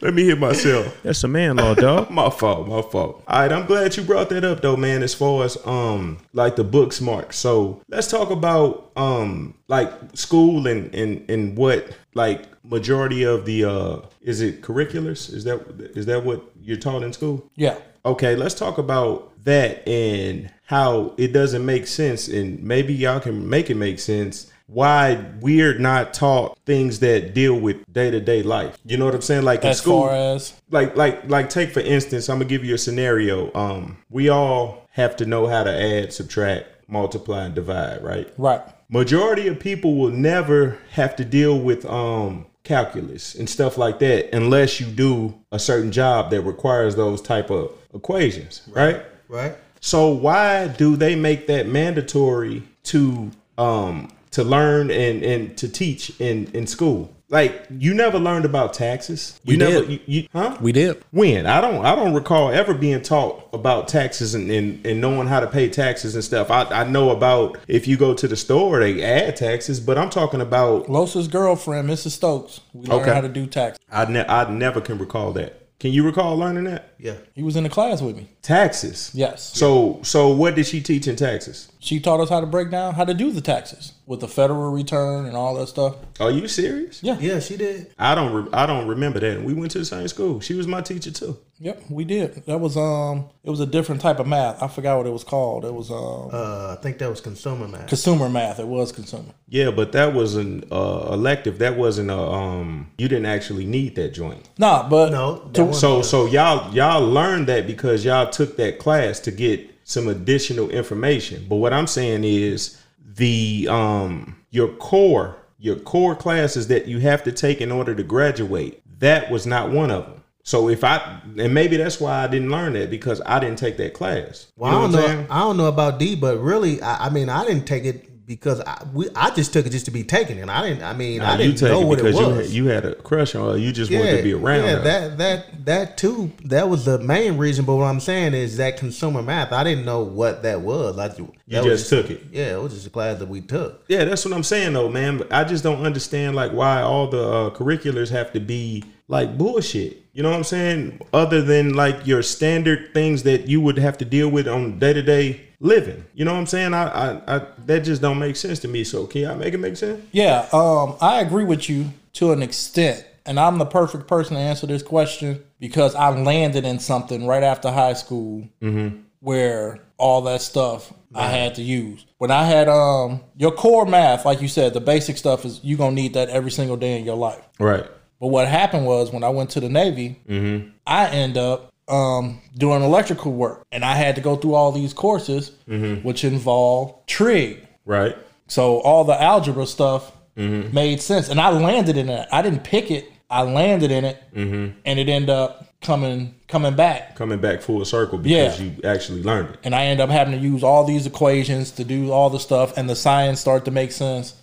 [SPEAKER 4] Let me hit myself.
[SPEAKER 2] That's a man law, dog.
[SPEAKER 4] my fault, my fault. All right, I'm glad you brought that up though, man. As far as um like the books mark. So let's talk about um like school and and and what like majority of the uh is it curriculars? Is that is that what you're taught in school?
[SPEAKER 3] Yeah.
[SPEAKER 4] Okay, let's talk about that and how it doesn't make sense and maybe y'all can make it make sense why we're not taught things that deal with day-to-day life. You know what I'm saying? Like in
[SPEAKER 3] As
[SPEAKER 4] school
[SPEAKER 3] far as
[SPEAKER 4] like like like take for instance i'm gonna give you a scenario um we all have to know how to add subtract multiply and divide right
[SPEAKER 3] right.
[SPEAKER 4] majority of people will never have to deal with um calculus and stuff like that unless you do a certain job that requires those type of equations right
[SPEAKER 5] right
[SPEAKER 4] so why do they make that mandatory to um to learn and and to teach in in school? Like you never learned about taxes. You
[SPEAKER 3] We
[SPEAKER 4] never
[SPEAKER 3] did.
[SPEAKER 4] You, you, huh?
[SPEAKER 3] We did.
[SPEAKER 4] When I don't I don't recall ever being taught about taxes and, and, and knowing how to pay taxes and stuff. I, I know about if you go to the store they add taxes, but I'm talking about
[SPEAKER 3] Los's girlfriend, Mrs. Stokes. We learned
[SPEAKER 4] Okay.
[SPEAKER 3] how to do tax.
[SPEAKER 4] I ne- I never can recall that. Can you recall learning that
[SPEAKER 5] yeah
[SPEAKER 3] He was in the class with me.
[SPEAKER 4] taxes?
[SPEAKER 3] Yes.
[SPEAKER 4] So so what did she teach in taxes?
[SPEAKER 3] She taught us how to break down how to do the taxes with the federal return and all that stuff.
[SPEAKER 4] Are you serious?
[SPEAKER 5] yeah she did
[SPEAKER 4] I don't re- I don't remember that. We went to the same school. She was my teacher too.
[SPEAKER 3] Yep, we did. That was um it was a different type of math. I forgot what it was called. It was um
[SPEAKER 5] Uh, I think that was consumer math.
[SPEAKER 3] consumer math. It was consumer.
[SPEAKER 4] Yeah, but that was an uh, elective. That wasn't a um. You didn't actually need that joint.
[SPEAKER 3] Nah, but
[SPEAKER 5] No, that
[SPEAKER 3] to-
[SPEAKER 5] one-
[SPEAKER 4] So so y'all y'all learned that because y'all took that class to get some additional information. But what I'm saying is the um your core your core classes that you have to take in order to graduate. That was not one of them. So if I and maybe that's why I didn't learn that because I didn't take that class. You
[SPEAKER 5] Well, I don't
[SPEAKER 4] what I'm
[SPEAKER 5] know.
[SPEAKER 4] saying?
[SPEAKER 5] I don't know about D, but really, I, I mean, I didn't take it because I we, I just took it just to be taken, and I didn't. I mean, I
[SPEAKER 4] Nah,
[SPEAKER 5] didn't know what it
[SPEAKER 4] you had,
[SPEAKER 5] was.
[SPEAKER 4] you had a crush on her. You just wanted to be around
[SPEAKER 5] yeah,
[SPEAKER 4] her.
[SPEAKER 5] that that that too. That was the main reason. But what I'm saying is that consumer math. I didn't know what that was. I you
[SPEAKER 4] you just took it.
[SPEAKER 5] Yeah, it was just a class that we took.
[SPEAKER 4] Yeah, that's what I'm saying though, man. But I just don't understand like why all the uh, curriculars have to be like bullshit. You know what I'm saying? Other than like your standard things that you would have to deal with on day to day living. You know what I'm saying? I, I, I that just don't make sense to me. So can I make it make sense?
[SPEAKER 3] yeah, um I agree with you to an extent. And I'm the perfect person to answer this question because I landed in something right after high school
[SPEAKER 5] Mm-hmm.
[SPEAKER 3] where all that stuff I had to use. When I had um your core math, like you said, the basic stuff is you're gonna need that every single day in your life.
[SPEAKER 4] Right.
[SPEAKER 3] But what happened was when I went to the Navy, I end up um, doing electrical work, and I had to go through all these courses, which involved trig.
[SPEAKER 4] Right.
[SPEAKER 3] So all the algebra stuff made sense, and I landed in it. I didn't pick it. I landed in it, and it ended up coming coming back.
[SPEAKER 4] Coming back full circle because
[SPEAKER 3] Yeah.
[SPEAKER 4] you actually learned it.
[SPEAKER 3] And I end up having to use all these equations to do all the stuff, and the science start to make sense.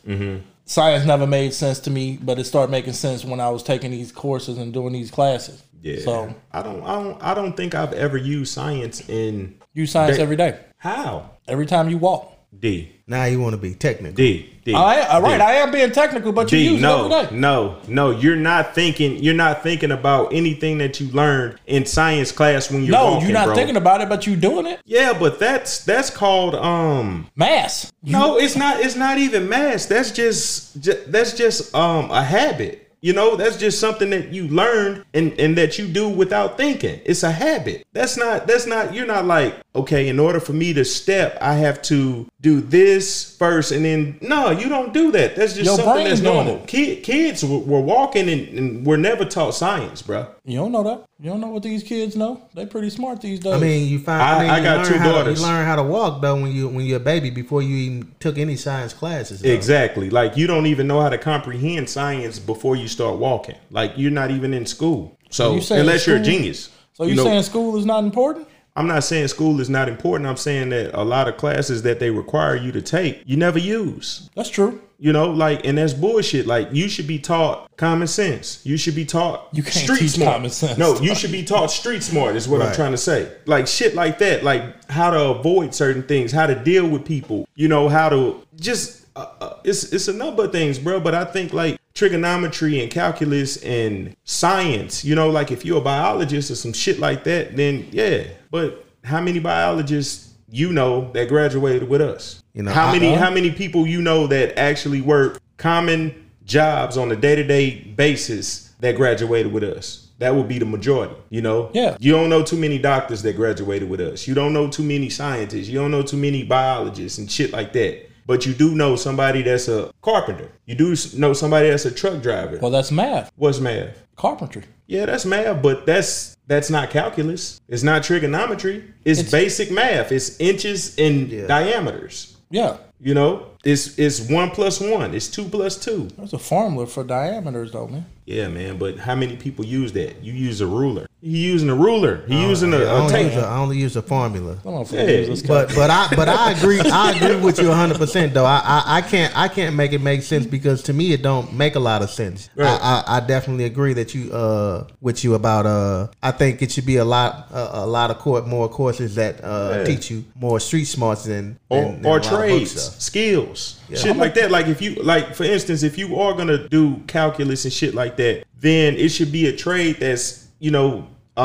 [SPEAKER 3] science never made sense to me, but it started making sense when I was taking these courses and doing these classes.
[SPEAKER 4] Yeah.
[SPEAKER 3] So
[SPEAKER 4] I don't I don't I don't think I've ever used science in
[SPEAKER 3] you science
[SPEAKER 4] They-
[SPEAKER 3] every day,
[SPEAKER 4] how?
[SPEAKER 3] every time you walk.
[SPEAKER 4] D.
[SPEAKER 5] Now you want to be technical.
[SPEAKER 4] D. D.
[SPEAKER 3] All right, all right.
[SPEAKER 4] D.
[SPEAKER 3] I am being technical, but you
[SPEAKER 4] D,
[SPEAKER 3] use
[SPEAKER 4] no,
[SPEAKER 3] it every day.
[SPEAKER 4] no, no. You're not thinking. You're not thinking about anything that you learned in science class when you're
[SPEAKER 3] No,
[SPEAKER 4] walking,
[SPEAKER 3] you're not
[SPEAKER 4] bro.
[SPEAKER 3] thinking about it, but you doing it.
[SPEAKER 4] Yeah, but that's that's called um.
[SPEAKER 3] Mass.
[SPEAKER 4] No, it's not. It's not even mass. That's just, ju- that's just um a habit. You know, that's just something that you learned and and that you do without thinking. It's a habit. That's not. That's not. You're not like okay. In order for me to step, I have to do this first, and then no, you don't do that. That's just
[SPEAKER 3] Your
[SPEAKER 4] something
[SPEAKER 3] brain
[SPEAKER 4] that's
[SPEAKER 3] doing
[SPEAKER 4] normal.
[SPEAKER 3] it.
[SPEAKER 4] Kid, kids were, were walking and, and were never taught science, bro.
[SPEAKER 3] You don't know that. You don't know what these kids know. They pretty smart these days.
[SPEAKER 5] I mean, you find.
[SPEAKER 4] I-
[SPEAKER 5] I, mean,
[SPEAKER 4] I
[SPEAKER 5] you
[SPEAKER 4] got
[SPEAKER 5] learn
[SPEAKER 4] two
[SPEAKER 5] how to-
[SPEAKER 4] daughters.
[SPEAKER 5] you learn how to walk though when you when you're a baby before you even took any science classes. though.
[SPEAKER 4] Exactly. Like you don't even know how to comprehend science before you start walking. Like you're not even in school. So
[SPEAKER 3] you saying
[SPEAKER 4] unless you're a
[SPEAKER 3] school-
[SPEAKER 4] genius.
[SPEAKER 3] so you
[SPEAKER 4] know,
[SPEAKER 3] saying school is not important?
[SPEAKER 4] I'm not saying school is not important. I'm saying that a lot of classes that they require you to take, you never use.
[SPEAKER 3] That's true.
[SPEAKER 4] You know, like and that's bullshit. Like you should be taught common sense. You should be taught
[SPEAKER 3] You can't teach common sense.
[SPEAKER 4] No, you should be taught street smart is what I'm
[SPEAKER 5] Right.
[SPEAKER 4] trying to say. Like shit like that, like how to avoid certain things, how to deal with people, you know, how to just uh, uh, it's it's a number of things, bro, but I think like trigonometry and calculus and science, you know, like if you're a biologist or some shit like that, then yeah. But how many biologists you know that graduated with us?
[SPEAKER 5] You know,
[SPEAKER 4] how
[SPEAKER 5] I-
[SPEAKER 4] many how many people you know that actually work common jobs on a day-to-day basis that graduated with us that would be the majority you know
[SPEAKER 3] Yeah.
[SPEAKER 4] you don't know too many doctors that graduated with us you don't know too many scientists you don't know too many biologists and shit like that but you do know somebody that's a carpenter you do s- know somebody that's a truck driver
[SPEAKER 3] Well, that's math,
[SPEAKER 4] what's math
[SPEAKER 3] carpentry.
[SPEAKER 4] yeah, that's math, but that's that's not calculus. It's not trigonometry. It's, basic math. It's inches and diameters.
[SPEAKER 3] Yeah,
[SPEAKER 4] You know, it's it's one plus one. It's two plus two.
[SPEAKER 3] there's a formula for diameters, though, man.
[SPEAKER 4] Yeah, man. But how many people use that? You use a ruler. He using a ruler. He using a,
[SPEAKER 5] Oh, I
[SPEAKER 4] a
[SPEAKER 5] only, use a,
[SPEAKER 4] tape.
[SPEAKER 5] I only use a formula.
[SPEAKER 3] Come on,
[SPEAKER 4] Yeah,
[SPEAKER 3] yeah, this
[SPEAKER 5] But but I but I agree I agree with you 100 percent though I, I I can't I can't make it make sense because to me it don't make a lot of sense.
[SPEAKER 4] Right.
[SPEAKER 5] I, I I definitely agree that you uh with you about uh I think it should be a lot uh, a lot of court more courses that uh
[SPEAKER 4] Yeah.
[SPEAKER 5] teach you more street smarts than
[SPEAKER 4] Or,
[SPEAKER 5] than- than a
[SPEAKER 4] or
[SPEAKER 5] lot of book
[SPEAKER 4] trades,
[SPEAKER 5] stuff.
[SPEAKER 4] skills, shit like that. Like if you like, for instance, if you are gonna do calculus and shit like that, then it should be a trade that's you know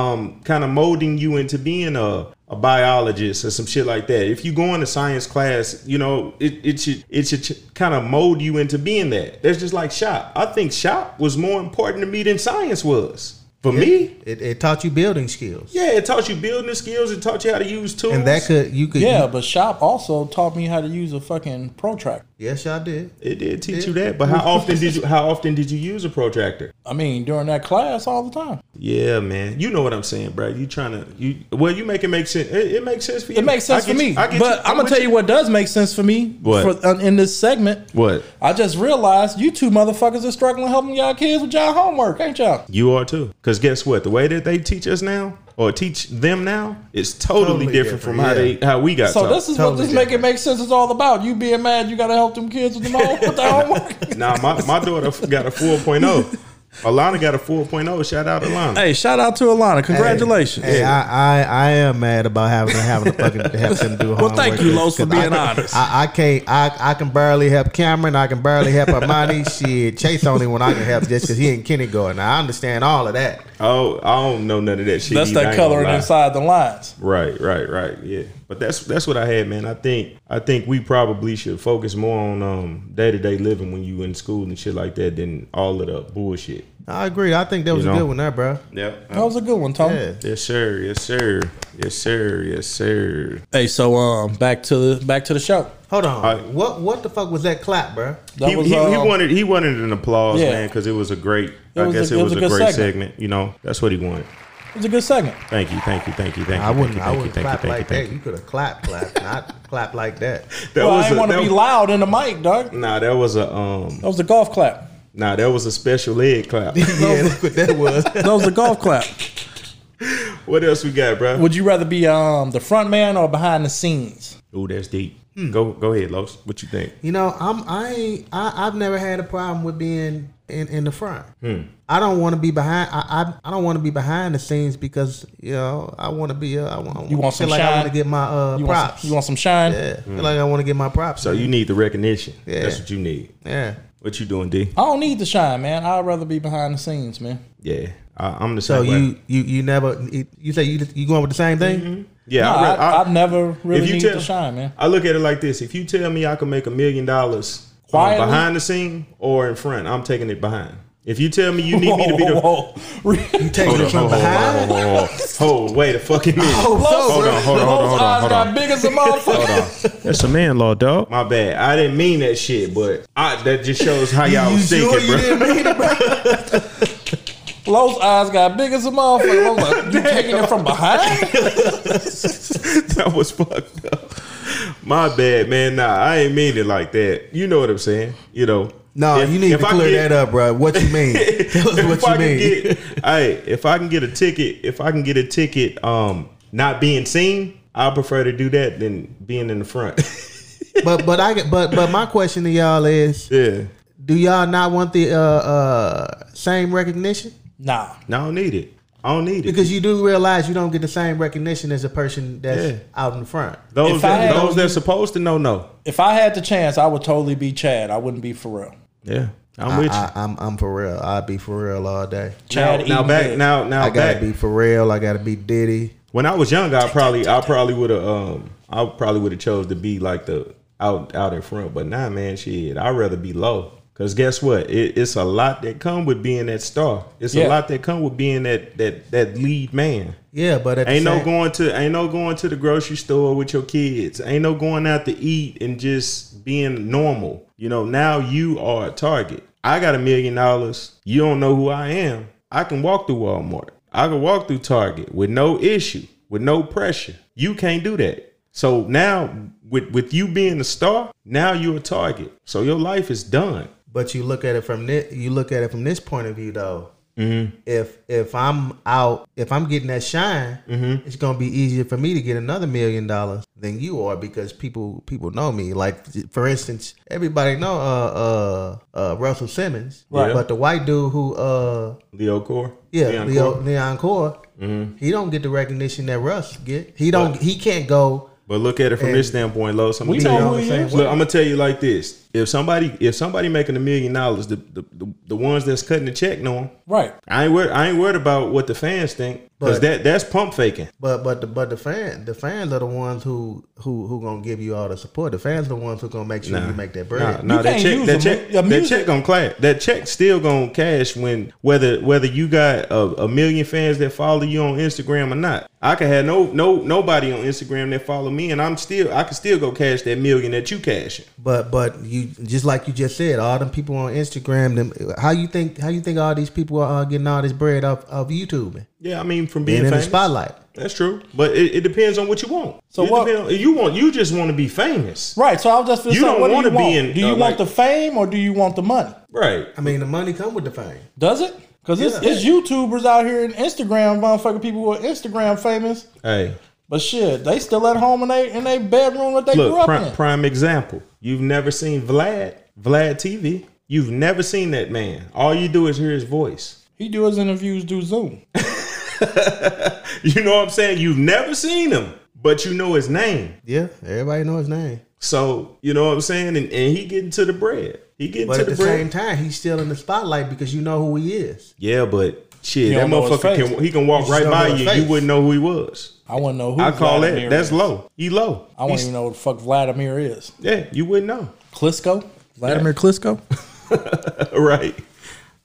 [SPEAKER 4] um kind of molding you into being a a biologist or some shit like that. If you go into science class, you know it, it should it should kind of mold you into being that. That's just like shop. I think shop was more important to me than science was for me.
[SPEAKER 5] It, it taught you building skills.
[SPEAKER 4] Yeah, it taught you building skills. It taught you how to use tools.
[SPEAKER 5] And that could you could
[SPEAKER 3] yeah, but shop also taught me how to use a fucking protractor.
[SPEAKER 5] yes I did.
[SPEAKER 4] it did teach you that. But how often did you? How often did you use a protractor?
[SPEAKER 3] I mean, during that class, all the time.
[SPEAKER 4] Yeah, man. You know what I'm saying, bro. You trying to you? Well, you make it make sense. It, it makes sense for you.
[SPEAKER 3] It makes sense
[SPEAKER 4] I
[SPEAKER 3] for
[SPEAKER 4] get
[SPEAKER 3] me.
[SPEAKER 4] you. I get
[SPEAKER 3] but
[SPEAKER 4] you.
[SPEAKER 3] I'm gonna
[SPEAKER 4] with
[SPEAKER 3] tell you what does make sense for me.
[SPEAKER 4] What?
[SPEAKER 3] For, uh, in this segment,
[SPEAKER 4] What
[SPEAKER 3] I just realized you two motherfuckers are struggling helping y'all kids with y'all homework, ain't y'all?
[SPEAKER 4] you are too. Because guess what? The way that they teach us now, or teach them now, is totally,
[SPEAKER 5] Totally
[SPEAKER 4] different,
[SPEAKER 5] different,
[SPEAKER 4] from
[SPEAKER 5] yeah.
[SPEAKER 4] how they how we got.
[SPEAKER 3] So
[SPEAKER 4] taught.
[SPEAKER 3] this is what
[SPEAKER 5] totally
[SPEAKER 3] this make it make sense is all about. You being mad, you gotta help them kids with, them home, with their homework.
[SPEAKER 4] Nah, my, my daughter got a 4.0. Alana got a 4.0. Shout out Alana.
[SPEAKER 3] hey, shout out to Alana. Congratulations.
[SPEAKER 5] Hey, I, I, I am mad about having to having to fucking have them do homework.
[SPEAKER 3] thank you, Los, for
[SPEAKER 5] 'cause I
[SPEAKER 3] being
[SPEAKER 5] can-
[SPEAKER 3] honest.
[SPEAKER 5] I, I can't. I, I can barely help Cameron. I can barely help Armani. Shit, Chase only one I can help just because he in kindergarten. I understand all of that.
[SPEAKER 4] Oh, I don't know none of that shit.
[SPEAKER 3] That's
[SPEAKER 4] either. I
[SPEAKER 3] that
[SPEAKER 4] ain't gonna
[SPEAKER 3] coloring
[SPEAKER 4] lie.
[SPEAKER 3] inside the lines.
[SPEAKER 4] Right, right, right. Yeah, but that's that's what I had, man. I think I think we probably should focus more on um day to day living when you in school and shit like that than all of the bullshit.
[SPEAKER 5] I agree. I think that was
[SPEAKER 4] You
[SPEAKER 5] a
[SPEAKER 4] know.
[SPEAKER 5] good one, there, bro.
[SPEAKER 3] That
[SPEAKER 4] Yeah.
[SPEAKER 3] was a good one, Tom.
[SPEAKER 5] Yeah.
[SPEAKER 4] Yes, sir. Yes, sir. Yes, sir. Yes, sir.
[SPEAKER 3] Hey, so um, back to the back to the show.
[SPEAKER 5] Hold on.
[SPEAKER 4] All right.
[SPEAKER 5] What what the fuck was that clap, bro?
[SPEAKER 3] That
[SPEAKER 4] he,
[SPEAKER 3] was
[SPEAKER 4] he, he
[SPEAKER 3] um,
[SPEAKER 4] wanted he wanted an applause,
[SPEAKER 3] Yeah.
[SPEAKER 4] man, because it was a great.
[SPEAKER 3] It
[SPEAKER 4] I
[SPEAKER 3] was
[SPEAKER 4] guess
[SPEAKER 3] a-
[SPEAKER 4] it
[SPEAKER 3] it
[SPEAKER 4] was,
[SPEAKER 3] was a
[SPEAKER 4] a
[SPEAKER 3] good
[SPEAKER 4] great segment.
[SPEAKER 3] segment.
[SPEAKER 4] You know, that's what he wanted.
[SPEAKER 3] It was a good segment.
[SPEAKER 4] Thank you, thank you, thank you, thank you.
[SPEAKER 5] I wouldn't.
[SPEAKER 4] Thank
[SPEAKER 5] I
[SPEAKER 4] you,
[SPEAKER 5] wouldn't
[SPEAKER 4] thank you,
[SPEAKER 5] clap
[SPEAKER 4] thank you,
[SPEAKER 5] like
[SPEAKER 4] thank
[SPEAKER 5] that.
[SPEAKER 4] you.
[SPEAKER 5] You could have clapped, clap, not clap like that.
[SPEAKER 4] That
[SPEAKER 3] well, I
[SPEAKER 4] was
[SPEAKER 3] didn't
[SPEAKER 4] a-
[SPEAKER 3] want to
[SPEAKER 4] that-
[SPEAKER 3] be loud in the mic, dog.
[SPEAKER 4] Nah, that was a um.
[SPEAKER 3] That was a golf clap.
[SPEAKER 4] Nah, that was a special leg clap.
[SPEAKER 5] yeah, that's what that was.
[SPEAKER 3] That was a golf clap.
[SPEAKER 4] what else we got, bro?
[SPEAKER 3] Would you rather be um the front man or behind the scenes?
[SPEAKER 4] Ooh, that's deep. Go go ahead, Los. What you think?
[SPEAKER 5] You know, I'm I ain't- I I've never had a problem with being in, in the front.
[SPEAKER 4] Hmm.
[SPEAKER 5] I don't want to be behind. I I, I don't want to be behind the scenes because you know I want to be. Uh, I want.
[SPEAKER 3] You want
[SPEAKER 5] feel
[SPEAKER 3] some
[SPEAKER 5] like I
[SPEAKER 3] shine?
[SPEAKER 5] want to get my uh,
[SPEAKER 3] You want,
[SPEAKER 5] props.
[SPEAKER 3] some, you want some shine?
[SPEAKER 5] yeah, feel like I want to get my props.
[SPEAKER 4] So you need the recognition.
[SPEAKER 5] Yeah.
[SPEAKER 4] That's what you need.
[SPEAKER 5] yeah.
[SPEAKER 4] What you doing, D?
[SPEAKER 3] I don't need the shine, man. I'd rather be behind the scenes, man.
[SPEAKER 4] Yeah, I, I'm the
[SPEAKER 5] So
[SPEAKER 4] same way.
[SPEAKER 5] you you you never you say you you going with the same
[SPEAKER 4] Mm-hmm.
[SPEAKER 5] thing?
[SPEAKER 4] yeah,
[SPEAKER 3] No,
[SPEAKER 4] I re-
[SPEAKER 3] I,
[SPEAKER 4] I-
[SPEAKER 3] have never really
[SPEAKER 4] you
[SPEAKER 3] needed
[SPEAKER 4] tell-
[SPEAKER 3] the shine, man.
[SPEAKER 4] I look at it like this: if you tell me I can make a million dollars um,
[SPEAKER 3] Quietly?
[SPEAKER 4] behind the scene or in front, I'm taking it behind. If you tell me you need me to be the
[SPEAKER 3] Whoa, whoa, whoa.
[SPEAKER 5] You taking
[SPEAKER 4] hold
[SPEAKER 5] it
[SPEAKER 4] on,
[SPEAKER 5] from
[SPEAKER 4] hold on, hold
[SPEAKER 5] behind?
[SPEAKER 4] on, hold on, hold on. wait a fucking minute. on,
[SPEAKER 3] Hold
[SPEAKER 4] hold on, hold on, hold on,
[SPEAKER 3] eyes
[SPEAKER 4] hold
[SPEAKER 3] got
[SPEAKER 4] on.
[SPEAKER 3] big as a motherfucker.
[SPEAKER 2] That's a man law, dog.
[SPEAKER 4] My bad. I didn't mean that shit, but I, that just shows how y'all
[SPEAKER 5] You
[SPEAKER 4] was
[SPEAKER 5] sure
[SPEAKER 4] thinking,
[SPEAKER 5] you
[SPEAKER 4] bro.
[SPEAKER 5] didn't mean it, bro?
[SPEAKER 3] Lowe's eyes got big as a motherfucker. I was like, you taking it from behind?
[SPEAKER 4] that was fucked up. My bad, man. Nah, I ain't mean it like that. You know what I'm saying? You know.
[SPEAKER 5] No,
[SPEAKER 4] If-
[SPEAKER 5] you need
[SPEAKER 4] if
[SPEAKER 5] to
[SPEAKER 4] I
[SPEAKER 5] clear
[SPEAKER 4] get-
[SPEAKER 5] that up, bro. What you mean? Tell us
[SPEAKER 4] if
[SPEAKER 5] what
[SPEAKER 4] I can
[SPEAKER 5] you mean.
[SPEAKER 4] get, hey, if I can get a ticket, if I can get a ticket, um, not being seen, I prefer to do that than being in the front.
[SPEAKER 5] but but I get- but but my question to y'all is:
[SPEAKER 4] yeah,
[SPEAKER 5] Do y'all not want the uh, uh, same recognition?
[SPEAKER 3] Nah.
[SPEAKER 4] no, I don't need it. I don't need it.
[SPEAKER 5] Because you do realize you don't get the same recognition as a person that's
[SPEAKER 4] Yeah.
[SPEAKER 5] out in front.
[SPEAKER 4] those
[SPEAKER 3] If I
[SPEAKER 4] that,
[SPEAKER 3] had-
[SPEAKER 4] those that's supposed to know, know.
[SPEAKER 3] If I had the chance, I would totally be Chad. I wouldn't be Pharrell.
[SPEAKER 4] Yeah, I'm
[SPEAKER 5] I,
[SPEAKER 4] with you.
[SPEAKER 5] I, I'm I'm for real. I be for real all day.
[SPEAKER 3] Chad
[SPEAKER 4] now, now
[SPEAKER 3] eating
[SPEAKER 4] back
[SPEAKER 3] good.
[SPEAKER 4] now now
[SPEAKER 5] I gotta
[SPEAKER 4] back.
[SPEAKER 5] be for real. I gotta be Diddy.
[SPEAKER 4] When I was younger, I probably I probably would have um I probably would have chose to be like the out out in front, but nah, man, shit, I'd rather be low. Cause guess what? It, it's a lot that come with being that star. It's
[SPEAKER 3] Yeah.
[SPEAKER 4] a lot that come with being that that that lead man.
[SPEAKER 5] Yeah, but at the
[SPEAKER 4] Ain't no
[SPEAKER 5] same-
[SPEAKER 4] going to ain't no going to the grocery store with your kids. Ain't no going out to eat and just being normal. You know, now you are a target. I got a million dollars. You don't know who I am. I can walk through Walmart. I can walk through Target with no issue, with no pressure. You can't do that. So now with with you being a star, now you're a target. So your life is done.
[SPEAKER 5] But you look at it from this. You look at it from this point of view, though.
[SPEAKER 4] Mm-hmm.
[SPEAKER 5] If if I'm out, if I'm getting that shine,
[SPEAKER 4] Mm-hmm.
[SPEAKER 5] it's gonna be easier for me to get another million dollars than you are because people people know me. Like for instance, everybody know uh uh, uh Russell Simmons,
[SPEAKER 4] Right.
[SPEAKER 5] but the white dude who uh
[SPEAKER 4] Leo Core.
[SPEAKER 5] yeah
[SPEAKER 4] Leon Mm-hmm.
[SPEAKER 5] Leo
[SPEAKER 4] Core.
[SPEAKER 5] Leon Core, he don't get the recognition that Russ get. He don't. He can't go.
[SPEAKER 4] But look at it from this standpoint, Lo. Some
[SPEAKER 3] We
[SPEAKER 4] people-
[SPEAKER 3] know who he is.
[SPEAKER 4] Look, I'm gonna tell you like this: if somebody, if somebody making a million dollars, the, the the the ones that's cutting the check know 'em.
[SPEAKER 3] Right.
[SPEAKER 4] I ain't worried. I ain't worried about what the fans think because
[SPEAKER 5] But-
[SPEAKER 4] that that's pump faking.
[SPEAKER 5] But but the but the fan the fans are the ones who who who gonna give you all the support. The fans are the ones who gonna make sure you make that bread.
[SPEAKER 4] Nah, nah, that
[SPEAKER 3] can't
[SPEAKER 4] check,
[SPEAKER 3] use
[SPEAKER 4] that
[SPEAKER 3] a
[SPEAKER 4] check,
[SPEAKER 3] mu- a
[SPEAKER 4] that
[SPEAKER 3] music-
[SPEAKER 4] check gonna clash. That check still gonna cash when whether whether you got a, a million fans that follow you on Instagram or not. I can have no no nobody on Instagram that follow me, and I'm still I can still go cash that million that you cashing.
[SPEAKER 5] But but you just like you just said, all them people on Instagram. Them how you think how you think all these people are uh, getting all this bread off of YouTube and
[SPEAKER 4] Yeah, I mean from being
[SPEAKER 5] in the
[SPEAKER 4] famous.
[SPEAKER 5] spotlight.
[SPEAKER 4] That's true, but it, it depends on what you want.
[SPEAKER 3] So
[SPEAKER 4] It
[SPEAKER 3] what-
[SPEAKER 4] depend on- you want? You just want to be famous,
[SPEAKER 3] Right. So I was just
[SPEAKER 4] You
[SPEAKER 3] you saying,
[SPEAKER 4] don't
[SPEAKER 3] what do
[SPEAKER 4] wanna
[SPEAKER 3] you
[SPEAKER 4] be
[SPEAKER 3] want?
[SPEAKER 4] in,
[SPEAKER 3] do you
[SPEAKER 4] uh, like-
[SPEAKER 3] want the fame or do you want the money?
[SPEAKER 4] right?
[SPEAKER 5] I mean, the money come with the fame.
[SPEAKER 3] Does it? Because it's, it's YouTubers out here and Instagram motherfucking people who are Instagram famous,
[SPEAKER 4] Hey,
[SPEAKER 3] but shit, they still at home in they in their bedroom that they grew
[SPEAKER 4] look,
[SPEAKER 3] up
[SPEAKER 4] prime,
[SPEAKER 3] in.
[SPEAKER 4] prime example. You've never seen Vlad, Vlad TV. You've never seen that man. All you do is hear his voice.
[SPEAKER 3] He do his interviews do Zoom.
[SPEAKER 4] You know what I'm saying? You've never seen him, but you know his name.
[SPEAKER 5] Yeah, everybody know his name.
[SPEAKER 4] So you know what I'm saying, and, and he getting to the bread. He getting
[SPEAKER 5] But
[SPEAKER 4] to
[SPEAKER 5] at
[SPEAKER 4] the,
[SPEAKER 5] the
[SPEAKER 4] bread.
[SPEAKER 5] same time, he's still in the spotlight because you know who he is.
[SPEAKER 4] yeah, but shit,
[SPEAKER 3] You
[SPEAKER 4] that
[SPEAKER 3] don't know his
[SPEAKER 4] motherfucker
[SPEAKER 3] face.
[SPEAKER 4] can he can
[SPEAKER 5] You
[SPEAKER 4] walk
[SPEAKER 5] just
[SPEAKER 4] right
[SPEAKER 5] don't
[SPEAKER 4] by
[SPEAKER 5] know his
[SPEAKER 4] you. You
[SPEAKER 5] face.
[SPEAKER 4] wouldn't know who he was.
[SPEAKER 3] I wouldn't know who
[SPEAKER 4] I call
[SPEAKER 3] Vladimir
[SPEAKER 4] that. That's
[SPEAKER 3] is.
[SPEAKER 4] low. He low.
[SPEAKER 3] I wouldn't
[SPEAKER 4] He's-
[SPEAKER 3] even know what the fuck Vladimir is.
[SPEAKER 4] Yeah, you wouldn't know.
[SPEAKER 3] Klitschko? Vladimir Klitschko?
[SPEAKER 4] right.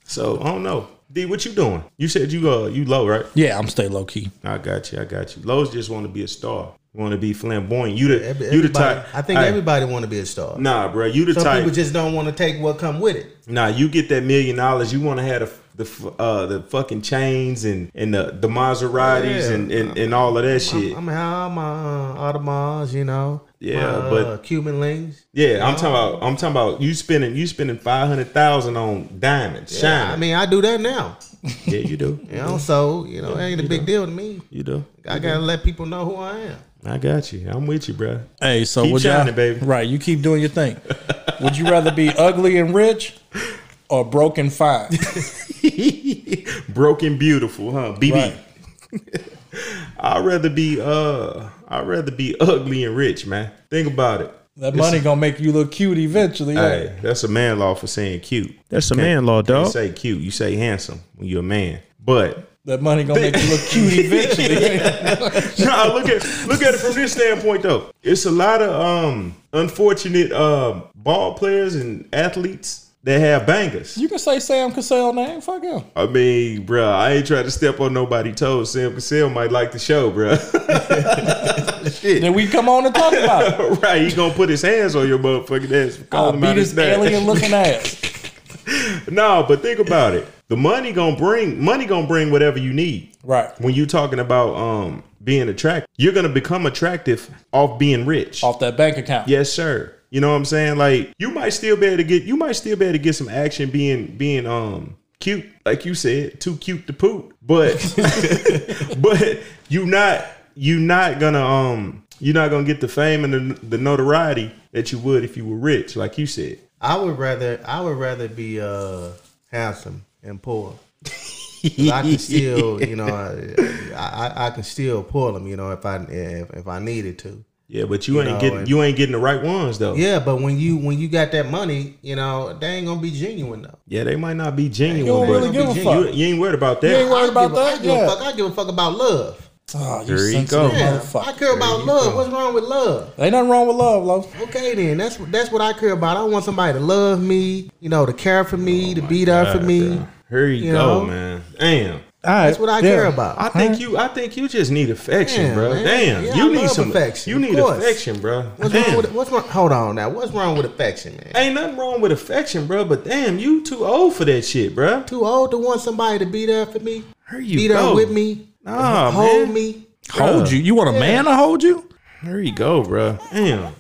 [SPEAKER 4] So I don't know. D, what you doing? You said you uh you low, right?
[SPEAKER 3] Yeah, I'm stay low key.
[SPEAKER 4] I got you. I got you. Lows just want to be a star. Want to be flamboyant. You the
[SPEAKER 5] Every-
[SPEAKER 4] you the
[SPEAKER 5] everybody-
[SPEAKER 4] type.
[SPEAKER 5] I think
[SPEAKER 4] Hey,
[SPEAKER 5] everybody want to be a star.
[SPEAKER 4] Nah, bro. You the
[SPEAKER 5] Some
[SPEAKER 4] type.
[SPEAKER 5] people just don't want to take what come with it.
[SPEAKER 4] nah, you get that million dollars. You want to have the the f- uh the fucking chains and and the the Maseratis
[SPEAKER 5] Yeah.
[SPEAKER 4] and, and and all of that shit.
[SPEAKER 5] I'm, I'm gonna have all my uh, Audemars, you know.
[SPEAKER 4] Yeah,
[SPEAKER 5] my, uh,
[SPEAKER 4] but-
[SPEAKER 5] Cuban links.
[SPEAKER 4] yeah, I'm talking about. I'm talking about you spending you spending five hundred thousand on diamonds.
[SPEAKER 5] Yeah,
[SPEAKER 4] shining.
[SPEAKER 5] I mean, I do that now.
[SPEAKER 4] yeah, you do.
[SPEAKER 5] You know, Mm-hmm. so you know, it ain't a big deal to me.
[SPEAKER 4] You do.
[SPEAKER 5] I gotta let people know who I am.
[SPEAKER 4] I got you. I'm with you, bro.
[SPEAKER 3] Hey, so
[SPEAKER 4] Keep
[SPEAKER 3] would y'all-
[SPEAKER 4] shining, baby.
[SPEAKER 3] Right, you keep doing your thing. would you rather be ugly and rich or broke and fine?
[SPEAKER 4] Broken beautiful, huh? BB.
[SPEAKER 3] Right.
[SPEAKER 4] I'd rather be uh I'd rather be ugly and rich, man. Think about it.
[SPEAKER 3] That money gonna make you look cute eventually.
[SPEAKER 4] Hey, that's a man law for saying cute.
[SPEAKER 2] That's a man law,
[SPEAKER 4] You
[SPEAKER 2] dog.
[SPEAKER 4] say cute, you say handsome when you're a man. But
[SPEAKER 3] That money gonna make you look cute eventually.
[SPEAKER 4] nah, look at look at it from this standpoint though. It's a lot of um unfortunate um ball players and athletes that have bangers.
[SPEAKER 3] you can say Sam Cassell name. Fuck him.
[SPEAKER 4] I mean, bruh, I ain't trying to step on nobody's toes. Sam Cassell might like the show, bruh.
[SPEAKER 3] Then we come on and talk about it.
[SPEAKER 4] right, he gonna put his hands on your motherfucking ass. for
[SPEAKER 3] I'll
[SPEAKER 4] calling him
[SPEAKER 3] beat
[SPEAKER 4] out
[SPEAKER 3] his
[SPEAKER 4] his name.
[SPEAKER 3] alien looking ass.
[SPEAKER 4] No, but think about it. The money gonna bring money gonna bring whatever you need.
[SPEAKER 3] Right.
[SPEAKER 4] When you talking about um being attractive, you're gonna become attractive off being rich.
[SPEAKER 3] Off that bank account.
[SPEAKER 4] Yes, sir. You know what I'm saying? Like you might still be able to get you might still be able to get some action being being um cute, like you said, too cute to poop. But but you not you not gonna um you're not gonna get the fame and the, the notoriety that you would if you were rich, like you said.
[SPEAKER 5] I would rather I would rather be uh, handsome and poor. 'Cause I can still, you know, I, I, I can still pull them, you know, if I if, if I needed to.
[SPEAKER 4] Yeah, but you, ain't
[SPEAKER 5] know,
[SPEAKER 4] getting
[SPEAKER 5] and-
[SPEAKER 4] you ain't getting the right ones though.
[SPEAKER 5] Yeah, but when you when you got that money, you know, they ain't gonna be genuine though.
[SPEAKER 4] Yeah, they might not be genuine.
[SPEAKER 3] You don't
[SPEAKER 4] but
[SPEAKER 3] really give a
[SPEAKER 4] you,
[SPEAKER 3] fuck.
[SPEAKER 4] you ain't worried about
[SPEAKER 3] You ain't
[SPEAKER 4] that.
[SPEAKER 3] worried
[SPEAKER 5] I
[SPEAKER 3] about
[SPEAKER 5] give a- I
[SPEAKER 3] that?
[SPEAKER 5] give a
[SPEAKER 3] Yeah.
[SPEAKER 5] fuck. I give a fuck about love.
[SPEAKER 3] Oh, you
[SPEAKER 4] There you
[SPEAKER 3] sensitive
[SPEAKER 4] go.
[SPEAKER 5] Yeah,
[SPEAKER 3] motherfucker.
[SPEAKER 5] I care about love. What's wrong with love?
[SPEAKER 3] Ain't nothing wrong with love, love.
[SPEAKER 5] Okay, then that's that's what I care about. I want somebody to love me, you know, to care for me, to be there for me.
[SPEAKER 4] Here you,
[SPEAKER 5] You
[SPEAKER 4] go,
[SPEAKER 5] know?
[SPEAKER 4] man. Damn.
[SPEAKER 5] That's what I care about.
[SPEAKER 4] I think you I think you just need affection,
[SPEAKER 5] Yeah,
[SPEAKER 4] bro.
[SPEAKER 5] man.
[SPEAKER 4] Damn.
[SPEAKER 5] Yeah,
[SPEAKER 4] you
[SPEAKER 5] I
[SPEAKER 4] need
[SPEAKER 5] love
[SPEAKER 4] some
[SPEAKER 5] affection,
[SPEAKER 4] You
[SPEAKER 5] of
[SPEAKER 4] need
[SPEAKER 5] course.
[SPEAKER 4] affection, bro.
[SPEAKER 5] What's
[SPEAKER 4] Damn.
[SPEAKER 5] wrong with what's wrong? Hold on now. What's wrong with affection, man?
[SPEAKER 4] Ain't nothing wrong with affection, bro, but damn, you too old for that shit, bro.
[SPEAKER 5] Too old to want somebody to be there for me,
[SPEAKER 4] Here you
[SPEAKER 5] be there
[SPEAKER 4] go.
[SPEAKER 5] with me,
[SPEAKER 4] Nah,
[SPEAKER 5] hold
[SPEAKER 4] man.
[SPEAKER 5] me.
[SPEAKER 3] Hold you. You want a man to hold you?
[SPEAKER 4] Here you go, bro. Damn.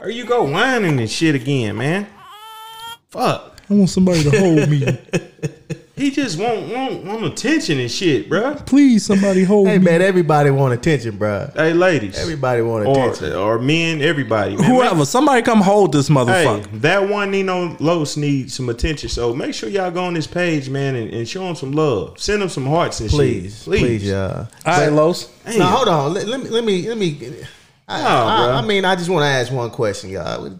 [SPEAKER 4] Here you go whining and shit again, man. Fuck.
[SPEAKER 3] I want somebody to hold me.
[SPEAKER 4] He just want want, want attention and shit, bro.
[SPEAKER 3] Please, somebody hold
[SPEAKER 5] Hey man, everybody want attention, bruh.
[SPEAKER 4] Hey, ladies.
[SPEAKER 5] Everybody want attention.
[SPEAKER 4] or, or men, everybody. man.
[SPEAKER 3] Whoever, somebody come hold this
[SPEAKER 4] Hey,
[SPEAKER 3] motherfucker.
[SPEAKER 4] that one Nino Los needs some attention. So make sure y'all go on this page, man, and, and show him some love. Send him some hearts and
[SPEAKER 5] please,
[SPEAKER 4] shit.
[SPEAKER 5] please, yeah.
[SPEAKER 3] All right, Los.
[SPEAKER 4] Damn.
[SPEAKER 5] Now hold on. Let, let me let me let me. I,
[SPEAKER 4] No,
[SPEAKER 5] I-
[SPEAKER 4] bro.
[SPEAKER 5] I mean, I just want to ask one question, y'all.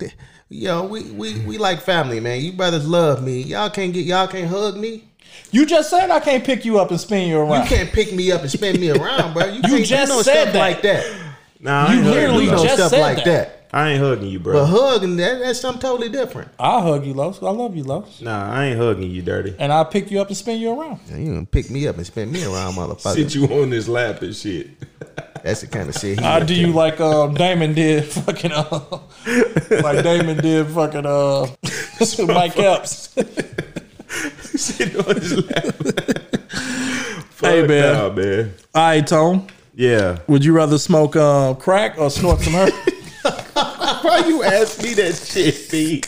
[SPEAKER 5] Yo, we, we we like family, man. You brothers love me. Y'all can't get y'all can't hug me.
[SPEAKER 3] You just said I can't pick you up and spin you
[SPEAKER 5] You
[SPEAKER 3] around. You,
[SPEAKER 5] can't pick me up and spin me around, bro. You, can't
[SPEAKER 3] just
[SPEAKER 5] do no
[SPEAKER 3] said
[SPEAKER 5] stuff
[SPEAKER 3] that.
[SPEAKER 5] like that.
[SPEAKER 4] Nah, I ain't, hugging
[SPEAKER 3] literally
[SPEAKER 4] you,
[SPEAKER 5] do no
[SPEAKER 4] bro.
[SPEAKER 3] just
[SPEAKER 5] stuff
[SPEAKER 3] said
[SPEAKER 5] like
[SPEAKER 3] that.
[SPEAKER 5] that.
[SPEAKER 4] I ain't hugging you,
[SPEAKER 5] But
[SPEAKER 4] bro.
[SPEAKER 5] hugging that, that's something totally different.
[SPEAKER 3] I'll hug you, Los. I love you, Los.
[SPEAKER 4] Nah, I ain't hugging you, dirty.
[SPEAKER 3] And I'll pick you up and spin you around.
[SPEAKER 5] You gonna pick me up and spin me around,
[SPEAKER 4] Sit
[SPEAKER 5] motherfucker.
[SPEAKER 4] you on this lap and shit.
[SPEAKER 5] That's the kind of shit. He
[SPEAKER 3] I
[SPEAKER 5] into.
[SPEAKER 3] do you like um, Damon did fucking uh, like Damon did fucking uh, Mike Epps.
[SPEAKER 4] Sit on his lap. Fuck
[SPEAKER 3] Hey, man.
[SPEAKER 4] nah, man.
[SPEAKER 3] All right, Tone.
[SPEAKER 4] Yeah.
[SPEAKER 3] Would you rather smoke uh, crack or snort some herb
[SPEAKER 4] Why you ask me that shit, B?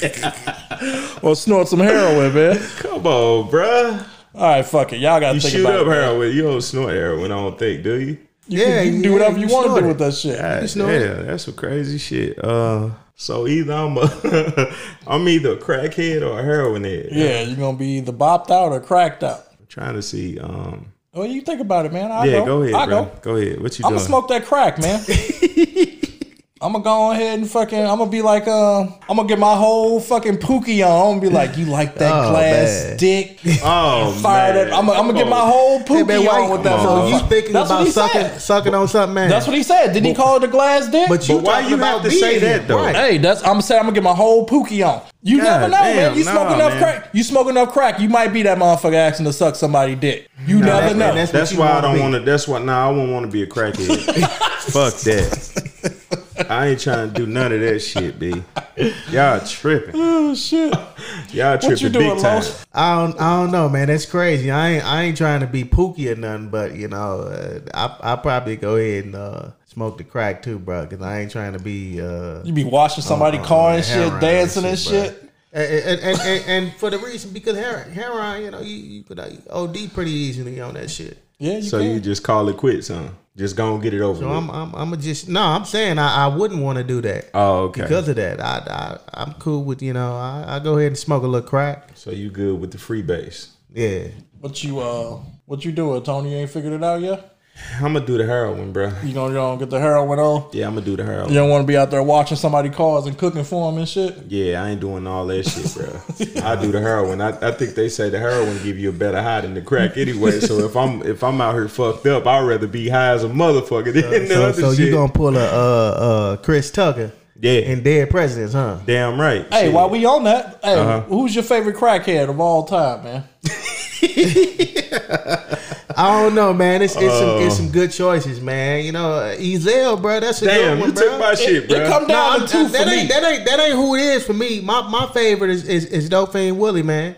[SPEAKER 3] or snort some heroin, man?
[SPEAKER 4] Come on, bruh.
[SPEAKER 3] All right, fuck it. Y'all gotta
[SPEAKER 4] You
[SPEAKER 3] think
[SPEAKER 4] shoot
[SPEAKER 3] about
[SPEAKER 4] up
[SPEAKER 3] it.
[SPEAKER 4] heroin. You don't snort heroin, I don't think, do you?
[SPEAKER 3] You can-
[SPEAKER 5] Yeah,
[SPEAKER 3] you can do
[SPEAKER 5] yeah,
[SPEAKER 3] whatever
[SPEAKER 5] you
[SPEAKER 3] you, want to
[SPEAKER 5] snort
[SPEAKER 3] do
[SPEAKER 5] it.
[SPEAKER 3] with that shit.
[SPEAKER 4] God
[SPEAKER 5] You snort it?
[SPEAKER 4] damn, that's some crazy shit. Uh, so either I'm a, I'm either a crackhead or a heroin head.
[SPEAKER 3] Yeah, you're gonna be either bopped out or cracked out.
[SPEAKER 4] I'm trying to see. Um,
[SPEAKER 3] Well, you think about it, man. I
[SPEAKER 4] yeah,
[SPEAKER 3] go.
[SPEAKER 4] go ahead,
[SPEAKER 3] I
[SPEAKER 4] bro.
[SPEAKER 3] go.
[SPEAKER 4] Go ahead. What you
[SPEAKER 3] I'm
[SPEAKER 4] doing?
[SPEAKER 3] gonna smoke that crack, man. I'm gonna go ahead and fucking. I'm gonna be like, um, I'm gonna get my whole fucking pookie on. I'm gonna be like, you like that
[SPEAKER 5] Oh,
[SPEAKER 3] glass
[SPEAKER 5] man.
[SPEAKER 3] dick?
[SPEAKER 4] Oh
[SPEAKER 3] Fire
[SPEAKER 4] man,
[SPEAKER 3] that! I'm, gonna- I'm
[SPEAKER 4] Come
[SPEAKER 3] gonna get my
[SPEAKER 4] on.
[SPEAKER 3] whole pookie
[SPEAKER 5] Hey, man, why
[SPEAKER 3] on with that.
[SPEAKER 5] so you
[SPEAKER 3] motherfucker.
[SPEAKER 5] thinking
[SPEAKER 3] That's what
[SPEAKER 5] about
[SPEAKER 3] he
[SPEAKER 5] sucking
[SPEAKER 3] said.
[SPEAKER 5] sucking on something, man?
[SPEAKER 3] That's what he said. Did he call it a glass dick?
[SPEAKER 5] But you
[SPEAKER 4] But why
[SPEAKER 5] talking
[SPEAKER 4] you
[SPEAKER 5] about
[SPEAKER 4] have to say
[SPEAKER 5] being,
[SPEAKER 4] that, though?
[SPEAKER 5] Right.
[SPEAKER 3] Hey, that's I'm saying I'm gonna get my whole pookie on. You
[SPEAKER 4] God
[SPEAKER 3] never know,
[SPEAKER 4] damn,
[SPEAKER 3] man. You smoke
[SPEAKER 4] nah,
[SPEAKER 3] enough
[SPEAKER 4] man.
[SPEAKER 3] crack. You smoke enough crack. You might be that motherfucker asking to suck somebody dick. You never
[SPEAKER 5] that-
[SPEAKER 3] know.
[SPEAKER 5] that's-
[SPEAKER 4] That's
[SPEAKER 5] what you
[SPEAKER 4] why I
[SPEAKER 5] wanna
[SPEAKER 4] don't
[SPEAKER 5] be.
[SPEAKER 4] want to. That's why. Nah, I won't want to be a crackhead. Fuck that. I ain't trying to do none of that shit, b. Y'all tripping.
[SPEAKER 3] oh shit.
[SPEAKER 4] Y'all tripping
[SPEAKER 3] What you doing,
[SPEAKER 4] big time.
[SPEAKER 3] Los?
[SPEAKER 5] I don't, I don't know, man. That's crazy. I ain't, I ain't trying to be pooky or nothing, but you know, uh, I, I probably go ahead and uh, smoke the crack too, bro, because I ain't trying to be uh,
[SPEAKER 3] You be washing somebody
[SPEAKER 4] Oh,
[SPEAKER 5] uh,
[SPEAKER 3] car and
[SPEAKER 5] heroin
[SPEAKER 3] shit, dancing and shit.
[SPEAKER 5] bruh. And, and, and, and, and for the reason because heroin, heroin you know, you, you could uh, OD pretty easily on that shit.
[SPEAKER 3] Yeah, you
[SPEAKER 4] So
[SPEAKER 3] can.
[SPEAKER 4] you just call it quits, huh? Just go and get it over
[SPEAKER 5] So
[SPEAKER 4] with.
[SPEAKER 5] I'm, I'm, I'm gonna just no. I'm saying I, I wouldn't want to do that
[SPEAKER 4] oh, okay.
[SPEAKER 5] because of that. I, I, I'm cool with you know. I, I go ahead and smoke a little crack.
[SPEAKER 4] so you good with the free base.
[SPEAKER 5] Yeah,
[SPEAKER 3] What you uh what you doing, Tony? You ain't figured it out yet?
[SPEAKER 4] I'm gonna do the heroin, bro.
[SPEAKER 3] You gonna, you gonna get the heroin on?
[SPEAKER 4] Yeah, I'm gonna do the heroin.
[SPEAKER 3] You don't want to be out there watching somebody cars and cooking for them and shit.
[SPEAKER 4] Yeah, I ain't doing all that shit, bro. I do the heroin. I, I think they say the heroin give you a better high than the crack anyway. So if I'm if I'm out here fucked up, I'd rather be high as a motherfucker than the
[SPEAKER 5] so,
[SPEAKER 4] other
[SPEAKER 5] so
[SPEAKER 4] shit.
[SPEAKER 5] you gonna pull a uh, uh, Chris Tucker?
[SPEAKER 4] Yeah.
[SPEAKER 5] and dead presidents, huh?
[SPEAKER 4] Damn right.
[SPEAKER 3] Hey,
[SPEAKER 4] Shit.
[SPEAKER 3] while we on that, hey,
[SPEAKER 4] Uh-huh.
[SPEAKER 3] who's your favorite crackhead of all time, man?
[SPEAKER 5] I don't know, man. It's it's, some,
[SPEAKER 4] Uh.
[SPEAKER 5] it's some good choices, man. You know, Ezel, bro. That's a
[SPEAKER 4] damn,
[SPEAKER 5] good
[SPEAKER 4] you
[SPEAKER 5] one, bro.
[SPEAKER 4] took my shit,
[SPEAKER 3] it
[SPEAKER 4] bro.
[SPEAKER 3] come
[SPEAKER 5] No,
[SPEAKER 3] down
[SPEAKER 5] I'm-
[SPEAKER 3] to two for
[SPEAKER 5] that
[SPEAKER 3] me.
[SPEAKER 5] ain't that ain't that ain't who it is for me. My my favorite is is, is Dope Fiend Willie, man.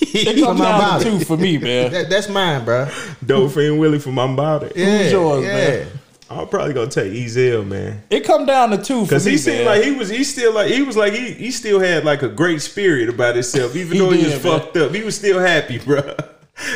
[SPEAKER 3] it come
[SPEAKER 5] my
[SPEAKER 3] down to
[SPEAKER 5] body.
[SPEAKER 3] two for me, man.
[SPEAKER 5] That, that's mine, bro.
[SPEAKER 4] Dolphin Willie from my body.
[SPEAKER 5] Yeah,
[SPEAKER 3] yours,
[SPEAKER 5] yeah.
[SPEAKER 3] man?
[SPEAKER 4] I'm probably gonna take Ezel, man,
[SPEAKER 3] It come down to two for
[SPEAKER 4] because
[SPEAKER 3] me,
[SPEAKER 4] he seemed
[SPEAKER 3] man.
[SPEAKER 4] like he was. He still like he was like he he still had like a great spirit about himself, even
[SPEAKER 3] He
[SPEAKER 4] though he
[SPEAKER 3] did,
[SPEAKER 4] was
[SPEAKER 3] man.
[SPEAKER 4] fucked up. He was still happy, bro.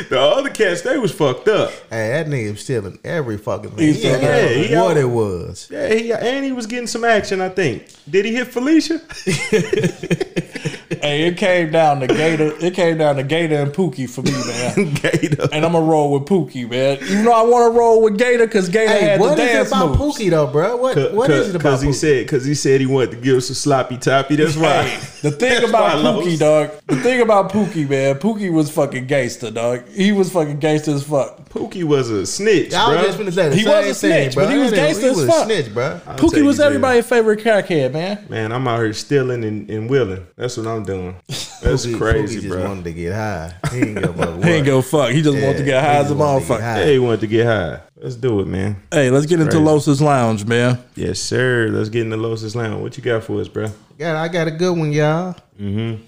[SPEAKER 4] The other cats they was fucked up.
[SPEAKER 5] Hey, that nigga was stealing every fucking thing.
[SPEAKER 3] He's
[SPEAKER 5] He didn't
[SPEAKER 4] stealing
[SPEAKER 5] know
[SPEAKER 4] everything.
[SPEAKER 5] what it was.
[SPEAKER 4] Yeah, he, and he was getting some action, I think. Did he hit Felicia?
[SPEAKER 3] hey, it came down to Gator. It came down to Gator and Pookie for me, man.
[SPEAKER 4] Gator.
[SPEAKER 3] and I'm gonna roll with Pookie, man. You know I want to roll with Gator because Gator
[SPEAKER 5] Hey,
[SPEAKER 3] had the
[SPEAKER 5] what is
[SPEAKER 3] dance
[SPEAKER 5] it about
[SPEAKER 3] moves.
[SPEAKER 5] Pookie though, bro? What what is it about
[SPEAKER 4] Because he
[SPEAKER 5] Pookie?
[SPEAKER 4] said, because he said he wanted to give us a sloppy toppy. That's why.
[SPEAKER 3] Hey, the thing
[SPEAKER 4] That's
[SPEAKER 3] about
[SPEAKER 4] why
[SPEAKER 3] Pookie,
[SPEAKER 4] Los-
[SPEAKER 3] dog. The thing about Pookie, man. Pookie was fucking gangster, dog. He was fucking gangster as fuck.
[SPEAKER 4] Pookie was a snitch,
[SPEAKER 5] I was
[SPEAKER 4] bro.
[SPEAKER 5] just gonna say the
[SPEAKER 3] He
[SPEAKER 5] same
[SPEAKER 3] was a snitch,
[SPEAKER 5] thing, bro.
[SPEAKER 3] but he was
[SPEAKER 5] That nigga-
[SPEAKER 3] gangster as
[SPEAKER 5] was a
[SPEAKER 3] fuck.
[SPEAKER 5] Snitch, bro.
[SPEAKER 4] I'll take
[SPEAKER 3] Pookie
[SPEAKER 4] you
[SPEAKER 3] was
[SPEAKER 4] there.
[SPEAKER 3] everybody's favorite crackhead, man.
[SPEAKER 4] Man, I'm out here stealing and, and willing. That's what I'm doing. That's
[SPEAKER 5] Pookie- Pookie
[SPEAKER 4] crazy,
[SPEAKER 5] just
[SPEAKER 4] bro.
[SPEAKER 5] wanted to get high. He ain't go fuck.
[SPEAKER 3] He ain't go fuck. He just want to get high as a motherfucker.
[SPEAKER 4] Hey, he wanted to get high. Let's do it, man.
[SPEAKER 3] Hey, let's get into
[SPEAKER 4] Crazy.
[SPEAKER 3] Los's Lounge, man.
[SPEAKER 4] Yes, sir. Let's get in the Los Lounge. What you got for us, bro?
[SPEAKER 5] Yeah, I got a good one, y'all. Mm-hmm.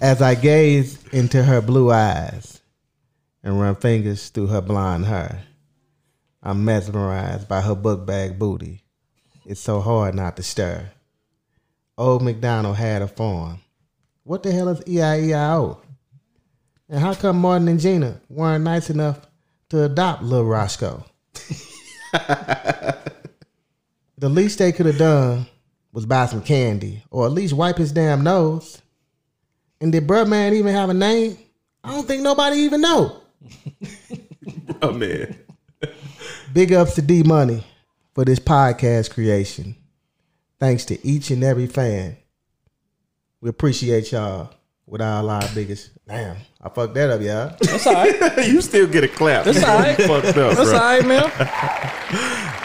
[SPEAKER 5] as I gaze into her blue eyes and run fingers through her blonde hair, I'm mesmerized by her book bag booty. It's so hard not to stare. Old McDonald had a farm. What the hell is E EIEIO? And how come Martin and Gina weren't nice enough to adopt little Roscoe? The least they could have done was buy some candy or at least wipe his damn nose. And did bruh man even have a name? I don't think nobody even know.
[SPEAKER 4] Oh, man.
[SPEAKER 5] Big ups to D Money for this podcast creation. Thanks to each and every fan. We appreciate y'all with all our biggest. Damn, I fucked that up, y'all.
[SPEAKER 3] That's all right.
[SPEAKER 4] you still get a clap.
[SPEAKER 3] That's all right.
[SPEAKER 4] Fucked up,
[SPEAKER 3] That's
[SPEAKER 4] bro.
[SPEAKER 3] all right, man.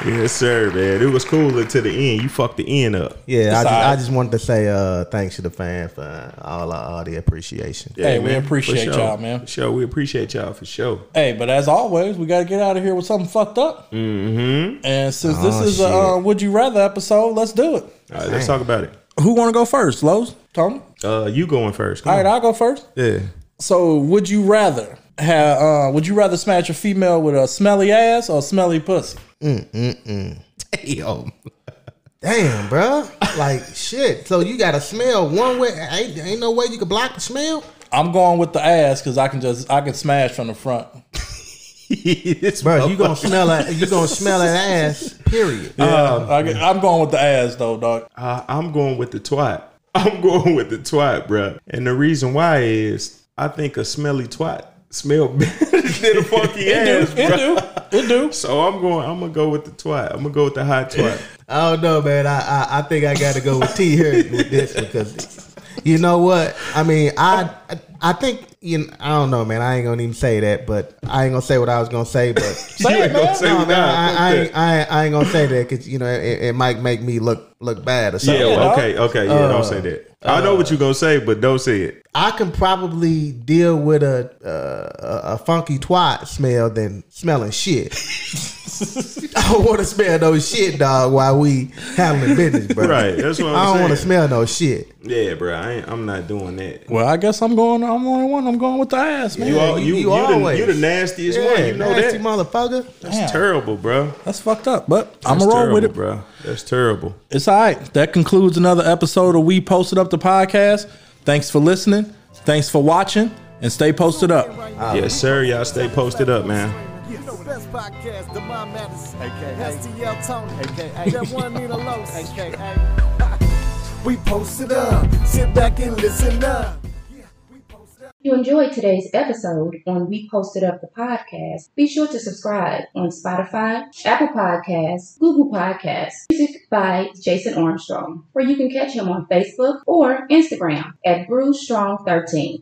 [SPEAKER 4] Yes, sir, man. It was cool until the end. You fucked the end up.
[SPEAKER 5] Yeah, I
[SPEAKER 3] It's
[SPEAKER 5] just,
[SPEAKER 3] all right.
[SPEAKER 5] I just wanted to say uh, thanks to the fans for all our all the appreciation.
[SPEAKER 4] Yeah,
[SPEAKER 3] Hey, we
[SPEAKER 4] for
[SPEAKER 3] appreciate
[SPEAKER 4] sure.
[SPEAKER 3] y'all, man.
[SPEAKER 4] For sure, we appreciate y'all for sure.
[SPEAKER 3] Hey, but as always, we gotta get out of here with something fucked up. Mm-hmm. And since this
[SPEAKER 5] Oh,
[SPEAKER 3] is
[SPEAKER 5] shit.
[SPEAKER 3] a uh, Would You Rather episode, let's do it.
[SPEAKER 4] All right, let's talk about it.
[SPEAKER 3] Who wanna go first? Lowe's? Oh. Tony?
[SPEAKER 4] Uh, you going first? Come
[SPEAKER 3] All right,
[SPEAKER 4] on.
[SPEAKER 3] I'll go first.
[SPEAKER 4] yeah.
[SPEAKER 3] So would you rather have uh, would you rather smash a female with a smelly ass or smelly pussy?
[SPEAKER 5] Damn. Damn, bro. Like shit. So you gotta smell one way. Ain't, ain't no way you can block the smell,
[SPEAKER 3] I'm going with the ass because I can just I can smash from the front.
[SPEAKER 4] It's
[SPEAKER 5] bro. You gonna smell a, You gonna smell an ass. Period.
[SPEAKER 3] Uh, I can- I'm going with the ass though, dog.
[SPEAKER 4] Uh, I'm going with the twat. I'm going with the twat, bruh. And the reason why is I think a smelly twat smell better than a funky ass,
[SPEAKER 3] It do,
[SPEAKER 4] bruh.
[SPEAKER 3] it do, it do.
[SPEAKER 4] So I'm going. I'm gonna go with the twat. I'm gonna go with the hot twat.
[SPEAKER 5] I don't know, man. I, I I think I gotta go with T here with this because you know what? I mean, I I think you. Know, I don't know, man. I ain't gonna even say that, but I ain't gonna say what I was gonna say, but.
[SPEAKER 4] you
[SPEAKER 3] it,
[SPEAKER 4] ain't gonna
[SPEAKER 3] man.
[SPEAKER 4] say
[SPEAKER 5] No, man,
[SPEAKER 4] nah,
[SPEAKER 5] I, I,
[SPEAKER 4] fuck
[SPEAKER 5] ain't,
[SPEAKER 4] that.
[SPEAKER 5] I, ain't, I ain't gonna say that because you know it, it might make me look look bad or
[SPEAKER 4] Yeah.
[SPEAKER 5] something.
[SPEAKER 4] well, okay. Okay. Yeah. don't say that. I know what you gonna say, but don't say it.
[SPEAKER 5] I can probably deal with a uh, a funky twat smell than smelling shit. I don't want to smell no shit, dog. While we handling business, bro.
[SPEAKER 4] Right. That's what I'm
[SPEAKER 5] uh, I don't want to
[SPEAKER 4] saying.
[SPEAKER 5] smell no shit.
[SPEAKER 4] Yeah, bro. I ain't, I'm not doing that.
[SPEAKER 3] Well, I guess I'm going. I'm the only one. I'm going with the ass, man.
[SPEAKER 4] You all,
[SPEAKER 5] you-
[SPEAKER 4] you,
[SPEAKER 5] you
[SPEAKER 4] you,
[SPEAKER 5] always.
[SPEAKER 4] the, you the nastiest one.
[SPEAKER 5] Yeah,
[SPEAKER 4] You know
[SPEAKER 5] nasty
[SPEAKER 4] that.
[SPEAKER 5] motherfucker.
[SPEAKER 4] That's
[SPEAKER 3] Damn.
[SPEAKER 4] terrible, bro.
[SPEAKER 3] That's fucked up, but I'm
[SPEAKER 4] That's
[SPEAKER 3] gonna roll
[SPEAKER 4] terrible,
[SPEAKER 3] with it.
[SPEAKER 4] bro. That's terrible.
[SPEAKER 3] It's all right. That concludes another episode of We Posted Up the Podcast. Thanks for listening. Thanks for watching. and stay posted up.
[SPEAKER 4] Yes, sir. Y'all stay posted up, man.
[SPEAKER 1] Best podcast, the Mind Matters, aka STL Tony, aka that one Nina Los, aka. We posted up, sit back and listen up. Yeah, we posted up.
[SPEAKER 6] If you enjoyed today's episode on We Posted Up the Podcast, be sure to subscribe on Spotify, Apple Podcasts, Google Podcasts, music by Jason Armstrong, where you can catch him on Facebook or Instagram at Bruce Strong 13.